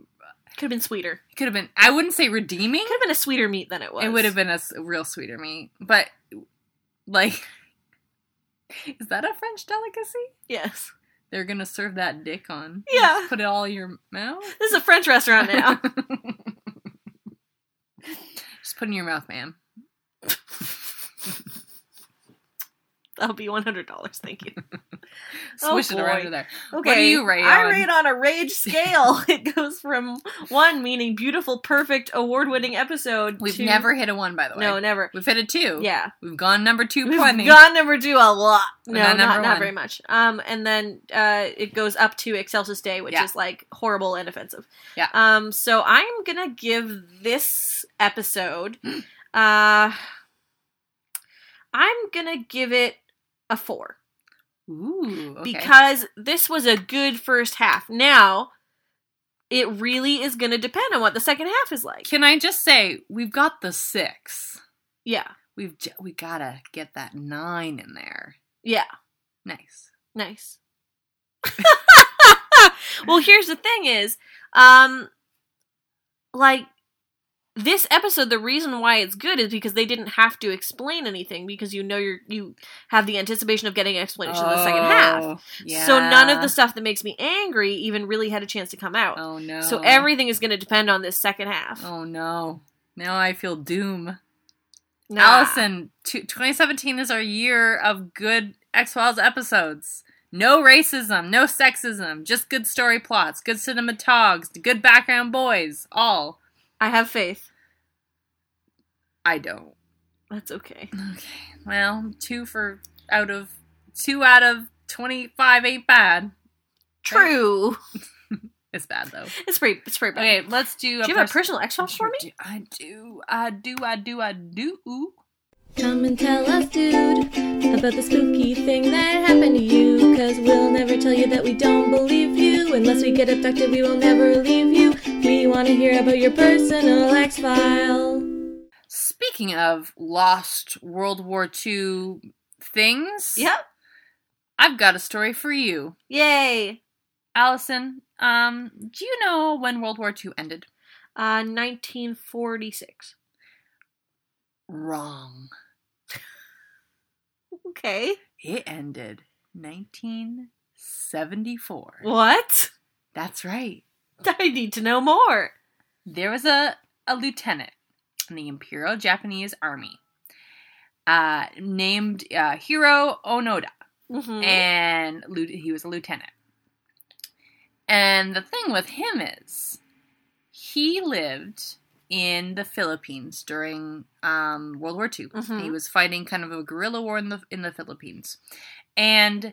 Speaker 2: Could have been sweeter.
Speaker 1: could have been I wouldn't say redeeming.
Speaker 2: Could have been a sweeter meat than it was.
Speaker 1: It would have been a s- real sweeter meat, but like is that a French delicacy?
Speaker 2: Yes.
Speaker 1: They're going to serve that dick on.
Speaker 2: Yeah.
Speaker 1: Just put it all in your mouth.
Speaker 2: This is a French restaurant now.
Speaker 1: Just put it in your mouth, ma'am.
Speaker 2: That'll be one hundred dollars. Thank you. Oh,
Speaker 1: Swish it around
Speaker 2: boy.
Speaker 1: to there.
Speaker 2: Okay.
Speaker 1: do you rate
Speaker 2: I
Speaker 1: on?
Speaker 2: rate on a rage scale. it goes from one meaning beautiful, perfect, award-winning episode.
Speaker 1: We've
Speaker 2: to-
Speaker 1: never hit a one, by the way.
Speaker 2: No, never.
Speaker 1: We've hit a two.
Speaker 2: Yeah.
Speaker 1: We've gone number two
Speaker 2: We've
Speaker 1: plenty.
Speaker 2: gone number two a lot.
Speaker 1: We're
Speaker 2: No,
Speaker 1: not
Speaker 2: not,
Speaker 1: number
Speaker 2: not,
Speaker 1: one.
Speaker 2: very much. Um, and then uh, it goes up to Excelsis Day, which
Speaker 1: Yeah.
Speaker 2: is like horrible and offensive.
Speaker 1: Yeah.
Speaker 2: Um, so I'm gonna give this episode,
Speaker 1: Hmm.
Speaker 2: uh, I'm gonna give it a four
Speaker 1: Ooh. Okay.
Speaker 2: because this was a good first half. Now, it really is gonna depend on what the second half is like.
Speaker 1: Can I just say we've got the six.
Speaker 2: Yeah.
Speaker 1: We've j- we gotta get that nine in there.
Speaker 2: Yeah.
Speaker 1: Nice.
Speaker 2: Nice. well, here's the thing is, um like this episode the reason why it's good is because they didn't have to explain anything because you know you're you have the anticipation of getting an explanation in the second half.
Speaker 1: Oh, Yeah.
Speaker 2: So none of the stuff that makes me angry even really had a chance to come out.
Speaker 1: Oh no.
Speaker 2: So everything is going to depend on this second half.
Speaker 1: Oh no. Now I feel doom.
Speaker 2: Nah.
Speaker 1: Allison, t- 2017 is our year of good X Files episodes. No racism, no sexism, just good story plots, good cinematogs, good background boys. All.
Speaker 2: I have faith.
Speaker 1: I don't.
Speaker 2: That's okay.
Speaker 1: Okay. Well, two for out of two out of 25 ain't bad.
Speaker 2: True.
Speaker 1: It's bad though.
Speaker 2: It's pretty. It's pretty. Bad.
Speaker 1: Okay, let's do.
Speaker 2: Do you have a personal X Files for me?
Speaker 1: I do. I do. I do. I do.
Speaker 4: Come and tell us, dude, about the spooky thing that happened to you. Cause we'll never tell you that we don't believe you. Unless we get abducted, we will never leave you. We want to hear about your personal X file.
Speaker 1: Speaking of lost World War II things,
Speaker 2: Yep.
Speaker 1: I've got a story for you,
Speaker 2: Yay.
Speaker 1: Allison. Um, do you know when World War II ended?
Speaker 2: Uh, 1946.
Speaker 1: Wrong.
Speaker 2: Okay.
Speaker 1: It ended 1974.
Speaker 2: What?
Speaker 1: That's right.
Speaker 2: I need to know more.
Speaker 1: there was a, a lieutenant in the Imperial Japanese Army uh, named uh, Hiro Onoda,
Speaker 2: Mm-hmm.
Speaker 1: and lieu- he was a lieutenant. And the thing with him is, he lived in the Philippines during um, World War II.
Speaker 2: Mhm.
Speaker 1: He was fighting kind of a guerrilla war in the in the Philippines, and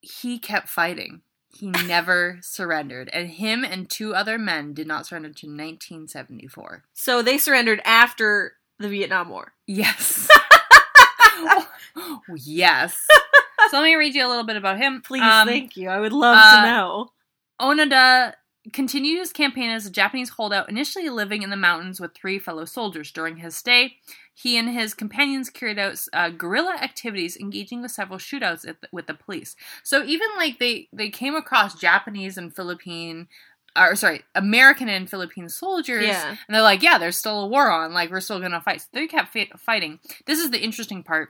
Speaker 1: he kept fighting. He never surrendered, and him and two other men did not surrender to 1974.
Speaker 2: so they surrendered after the Vietnam War.
Speaker 1: Yes. yes. So let me read you a little bit about him.
Speaker 2: Please,
Speaker 1: Um,
Speaker 2: thank you. I would love
Speaker 1: uh,
Speaker 2: to know.
Speaker 1: Onoda continued his campaign as a Japanese holdout, initially living in the mountains with three fellow soldiers. During his stay, he and his companions carried out uh, guerrilla activities, engaging with several shootouts at the, with the police. So even like they they came across Japanese and Philippine. Or sorry, American and Philippine soldiers,
Speaker 2: Yeah.
Speaker 1: and they're like, yeah, there's still a war on. Like we're still gonna fight. So they kept fi- fighting. This is the interesting part.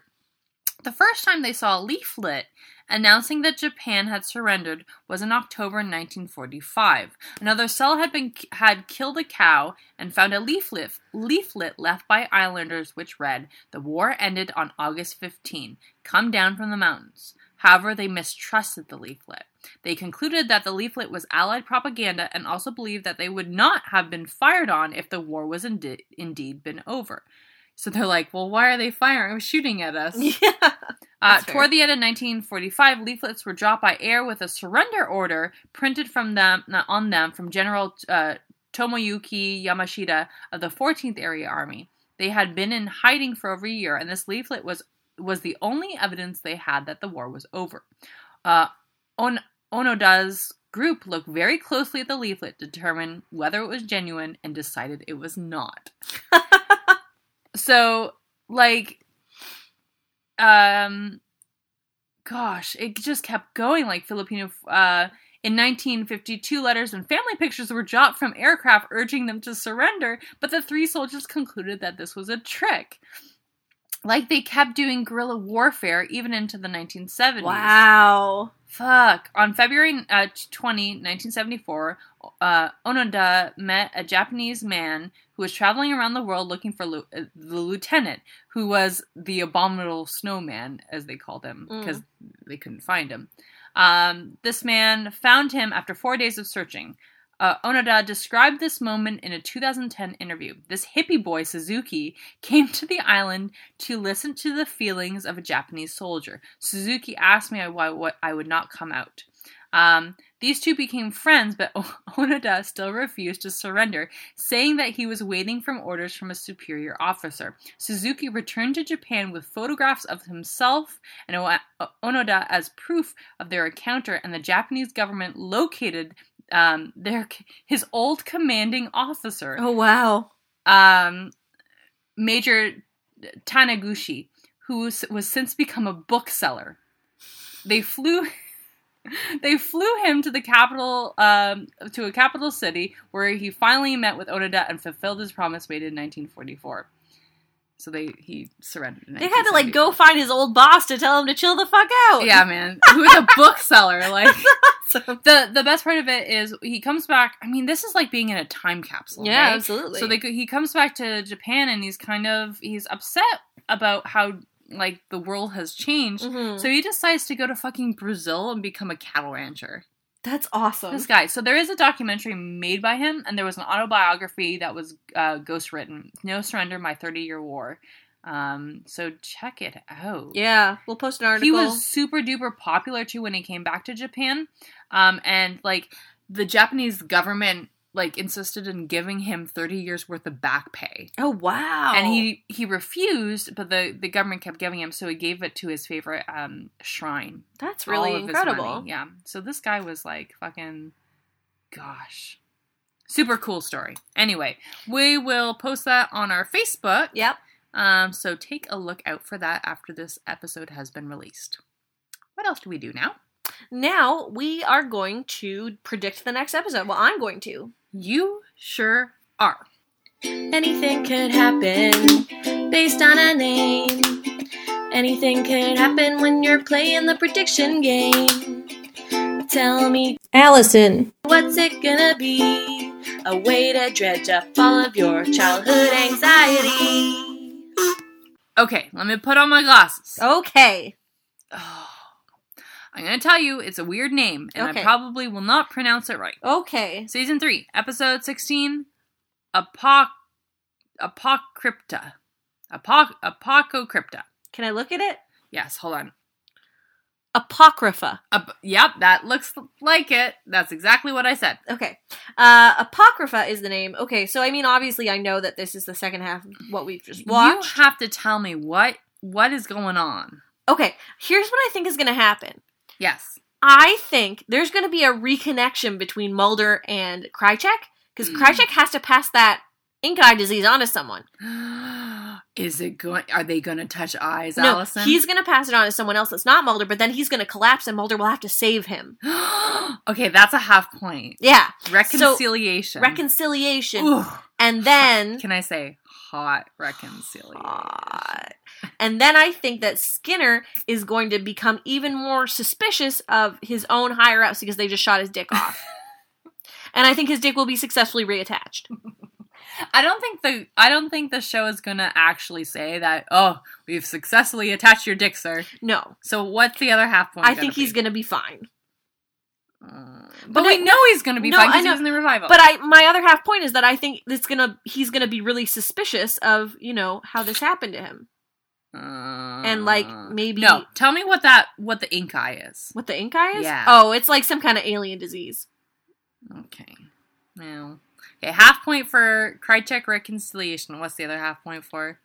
Speaker 1: The first time they saw a leaflet announcing that Japan had surrendered was in October 1945. Another cell had been had killed a cow and found a leaflet leaflet left by islanders which read, "The war ended on August 15. Come down from the mountains." However, they mistrusted the leaflet. They concluded that the leaflet was Allied propaganda and also believed that they would not have been fired on if the war was indi- indeed been over. So they're like, well, why are they firing, shooting at us?
Speaker 2: Yeah.
Speaker 1: Uh,
Speaker 2: That's fair.
Speaker 1: toward the end of 1945, leaflets were dropped by air with a surrender order printed from them not on them from General uh, Tomoyuki Yamashita of the 14th Area Army. They had been in hiding for over a year, and this leaflet was was the only evidence they had that the war was over. Uh, on Onoda's group looked very closely at the leaflet, determined whether it was genuine, and decided it was not. So like um gosh, it just kept going like Filipino uh in 1952, letters and family pictures were dropped from aircraft urging them to surrender, but the three soldiers concluded that this was a trick. Like they kept doing guerrilla warfare even into the 1970s.
Speaker 2: Wow.
Speaker 1: Fuck. On February uh, 20, 1974, uh, Onoda met a Japanese man who was traveling around the world looking for lu- uh, the lieutenant, who was the abominable snowman, as they called him,
Speaker 2: Mm.
Speaker 1: because they couldn't find him. Um, this man found him after four days of searching. Uh, Onoda described this moment in a 2010 interview. This hippie boy, Suzuki, came to the island to listen to the feelings of a Japanese soldier. Suzuki asked me why what I would not come out. Um, these two became friends, but Onoda still refused to surrender, saying that he was waiting for orders from a superior officer. Suzuki returned to Japan with photographs of himself and O- Onoda as proof of their encounter, and the Japanese government located um, their his old commanding officer
Speaker 2: Oh wow.
Speaker 1: um, Major Taniguchi, who s- was since become a bookseller. They flew. They flew him to the capital, um, to a capital city, where he finally met with Onoda and fulfilled his promise made in 1944. So they he surrendered. In
Speaker 2: They had to like
Speaker 1: 1970.
Speaker 2: go find his old boss to tell him to chill the fuck out.
Speaker 1: Yeah, man, who is a bookseller? Like the the best part of it is he comes back. I mean, this is like being in a time capsule.
Speaker 2: Yeah,
Speaker 1: right?
Speaker 2: absolutely.
Speaker 1: So they, go- he comes back to Japan and he's kind of he's upset about how like the world has changed.
Speaker 2: Mhm.
Speaker 1: So he decides to go to fucking Brazil and become a cattle rancher.
Speaker 2: That's awesome.
Speaker 1: This guy. So there is a documentary made by him, and there was an autobiography that was uh, ghost written. No surrender, my thirty year war. Um, so check it out.
Speaker 2: Yeah, we'll post an article.
Speaker 1: He was super duper popular too when he came back to Japan. Um, and like the Japanese government like insisted in giving him 30 years worth of back pay.
Speaker 2: Oh wow.
Speaker 1: And he
Speaker 2: Oh.
Speaker 1: he refused, but the the government kept giving him, so he gave it to his favorite um shrine.
Speaker 2: That's
Speaker 1: All
Speaker 2: really
Speaker 1: of his
Speaker 2: incredible.
Speaker 1: money. Yeah. So this guy was like fucking gosh. Super cool story. Anyway, we will post that on our Facebook.
Speaker 2: Yep.
Speaker 1: Um, so take a look out for that after this episode has been released. What else do we do now?
Speaker 2: Now we are going to predict the next episode. Well, I'm going to.
Speaker 1: You sure are.
Speaker 4: Anything could happen based on a name. Anything could happen when you're playing the prediction game. Tell me, Allison, what's it gonna be? A way to dredge up all of your childhood anxiety.
Speaker 1: Okay, let me put on my glasses.
Speaker 2: Okay.
Speaker 1: Oh. I'm gonna tell you, it's a weird name, and
Speaker 2: Okay.
Speaker 1: I probably will not pronounce it right.
Speaker 2: Okay.
Speaker 1: Season three, episode sixteen, apoc, apocrypta, apoc, apocrypta.
Speaker 2: Can I look at it?
Speaker 1: Yes, hold on.
Speaker 2: Apocrypha.
Speaker 1: Ap- yep, that looks like it. That's exactly what I said.
Speaker 2: Okay. Uh Apocrypha is the name. Okay, so I mean obviously I know that this is the second half of what we've just watched.
Speaker 1: You have to tell me what what is going on.
Speaker 2: okay, here's what I think is gonna happen.
Speaker 1: Yes.
Speaker 2: I think there's gonna be a reconnection between Mulder and Krychek,
Speaker 1: Hmm.
Speaker 2: because Krychek has to pass that ink eye disease onto someone.
Speaker 1: Is it going? Are they going to touch eyes,
Speaker 2: no,
Speaker 1: Allison?
Speaker 2: he's gonna pass it on to someone else that's not Mulder, but then he's gonna collapse and Mulder will have to save him.
Speaker 1: okay. That's a half point.
Speaker 2: Yeah.
Speaker 1: Reconciliation.
Speaker 2: Reconciliation.
Speaker 1: Ooh.
Speaker 2: And then
Speaker 1: Can I say hot reconciliation?
Speaker 2: God. And then I think that Skinner is going to become even more suspicious of his own higher ups because they just shot his dick off. and I think his dick will be successfully reattached.
Speaker 1: I don't think the I don't think the show is going to actually say that. Oh, we've successfully attached your dick, sir.
Speaker 2: No,
Speaker 1: So what's the other half point?
Speaker 2: I think he's
Speaker 1: going.
Speaker 2: going to be fine.
Speaker 1: But,
Speaker 2: But
Speaker 1: we
Speaker 2: I-
Speaker 1: know he's going to be
Speaker 2: No,
Speaker 1: fine
Speaker 2: I
Speaker 1: 'cause he
Speaker 2: know.
Speaker 1: was in the revival.
Speaker 2: But I, my other half point is that I think it's gonna he's gonna be really suspicious of you know how this happened to him and like maybe
Speaker 1: Uh, no. Tell me what that what the ink eye is.
Speaker 2: what the ink eye is.
Speaker 1: Yeah.
Speaker 2: Oh, it's like some kind of alien disease.
Speaker 1: Okay. Now, okay, half point for Krychek reconciliation. What's the other half point for?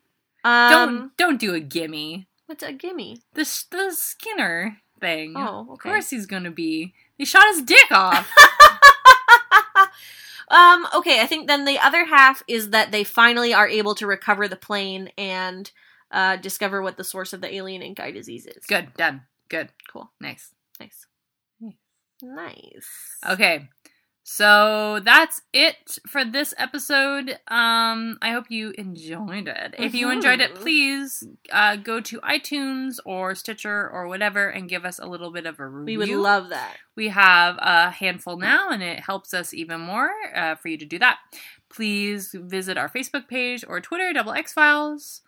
Speaker 2: Um,
Speaker 1: don't don't do a gimme.
Speaker 2: what's a gimme?
Speaker 1: The s- the Skinner thing.
Speaker 2: Oh,
Speaker 1: Of
Speaker 2: okay.
Speaker 1: course he's gonna be. They shot his dick off.
Speaker 2: Um, okay, I think then the other half is that they finally are able to recover the plane and uh, discover what the source of the alien ink eye disease is.
Speaker 1: Good, done. Good,
Speaker 2: Cool.
Speaker 1: nice.
Speaker 2: Nice. Nice.
Speaker 1: Okay. So that's it for this episode. Um, I hope you enjoyed it. If you enjoyed it,
Speaker 2: Mhm.
Speaker 1: please uh, go to iTunes or Stitcher or whatever and give us a little bit of a
Speaker 2: We
Speaker 1: review.
Speaker 2: would love that.
Speaker 1: We have a handful now, and it helps us even more uh, for you to do that. Please visit our Facebook page or Twitter, Double X Files,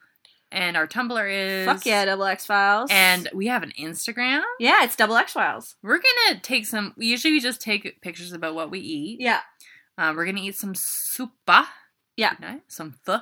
Speaker 1: and our Tumblr is
Speaker 2: Fuck yeah, Double X Files.
Speaker 1: and we have an Instagram.
Speaker 2: yeah, it's Double X Files.
Speaker 1: We're gonna take some. Usually, we just take pictures about what we eat.
Speaker 2: Yeah.
Speaker 1: Uh, we're gonna eat some supa.
Speaker 2: Yeah.
Speaker 1: Nice. Some pho.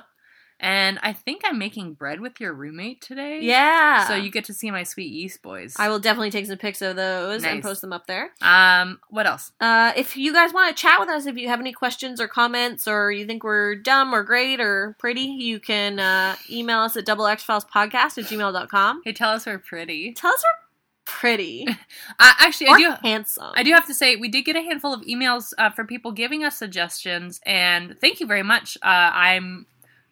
Speaker 1: And I think I'm making bread with your roommate today.
Speaker 2: Yeah.
Speaker 1: So you get to see my sweet yeast boys.
Speaker 2: I will definitely take some pics of those and
Speaker 1: Nice.
Speaker 2: post them up there.
Speaker 1: Um. What else?
Speaker 2: Uh, if you guys want to chat with us, if you have any questions or comments, or you think we're dumb or great or pretty, you can uh, email us at double xfilespodcast at gmail.com.
Speaker 1: Hey, tell us we're pretty.
Speaker 2: Tell us we're pretty
Speaker 1: Uh, actually,
Speaker 2: or
Speaker 1: I do.
Speaker 2: handsome.
Speaker 1: I do have to say, we did get a handful of emails uh, for people giving us suggestions, and thank you very much. Uh, I'm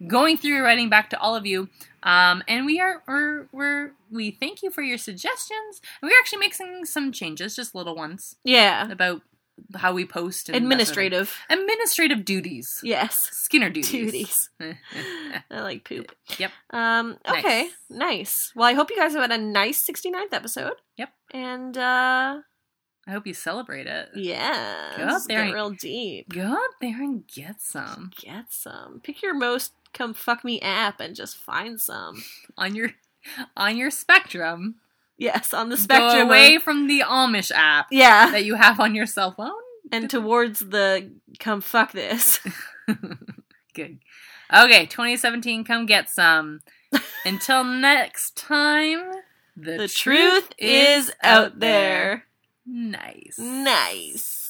Speaker 1: going through writing back to all of you, um, and we are we're, we're we thank you for your suggestions. And we're actually making some changes, just little ones
Speaker 2: Yeah,
Speaker 1: about how we post and that sort of-
Speaker 2: administrative.
Speaker 1: administrative duties,
Speaker 2: Yes,
Speaker 1: Skinner duties.
Speaker 2: duties. I like poop.
Speaker 1: Yep.
Speaker 2: Um.
Speaker 1: Nice.
Speaker 2: Okay. Nice. Well, I hope you guys have had a nice 69th episode.
Speaker 1: Yep.
Speaker 2: And uh,
Speaker 1: I hope you celebrate it.
Speaker 2: yeah,
Speaker 1: Go up there
Speaker 2: get
Speaker 1: and-
Speaker 2: real deep.
Speaker 1: Go out there and get some
Speaker 2: Get some. Pick your most come fuck me app and just find some.
Speaker 1: on your on your spectrum.
Speaker 2: Yes, on the
Speaker 1: Spectrum
Speaker 2: spectrum.
Speaker 1: Go
Speaker 2: of-
Speaker 1: away from the Amish app.
Speaker 2: yeah,
Speaker 1: that you have on your cell phone.
Speaker 2: and towards the come fuck this.
Speaker 1: Good. Okay, 2017, come get some. Until next time,
Speaker 2: The, truth is out there.
Speaker 1: Nice.
Speaker 2: Nice.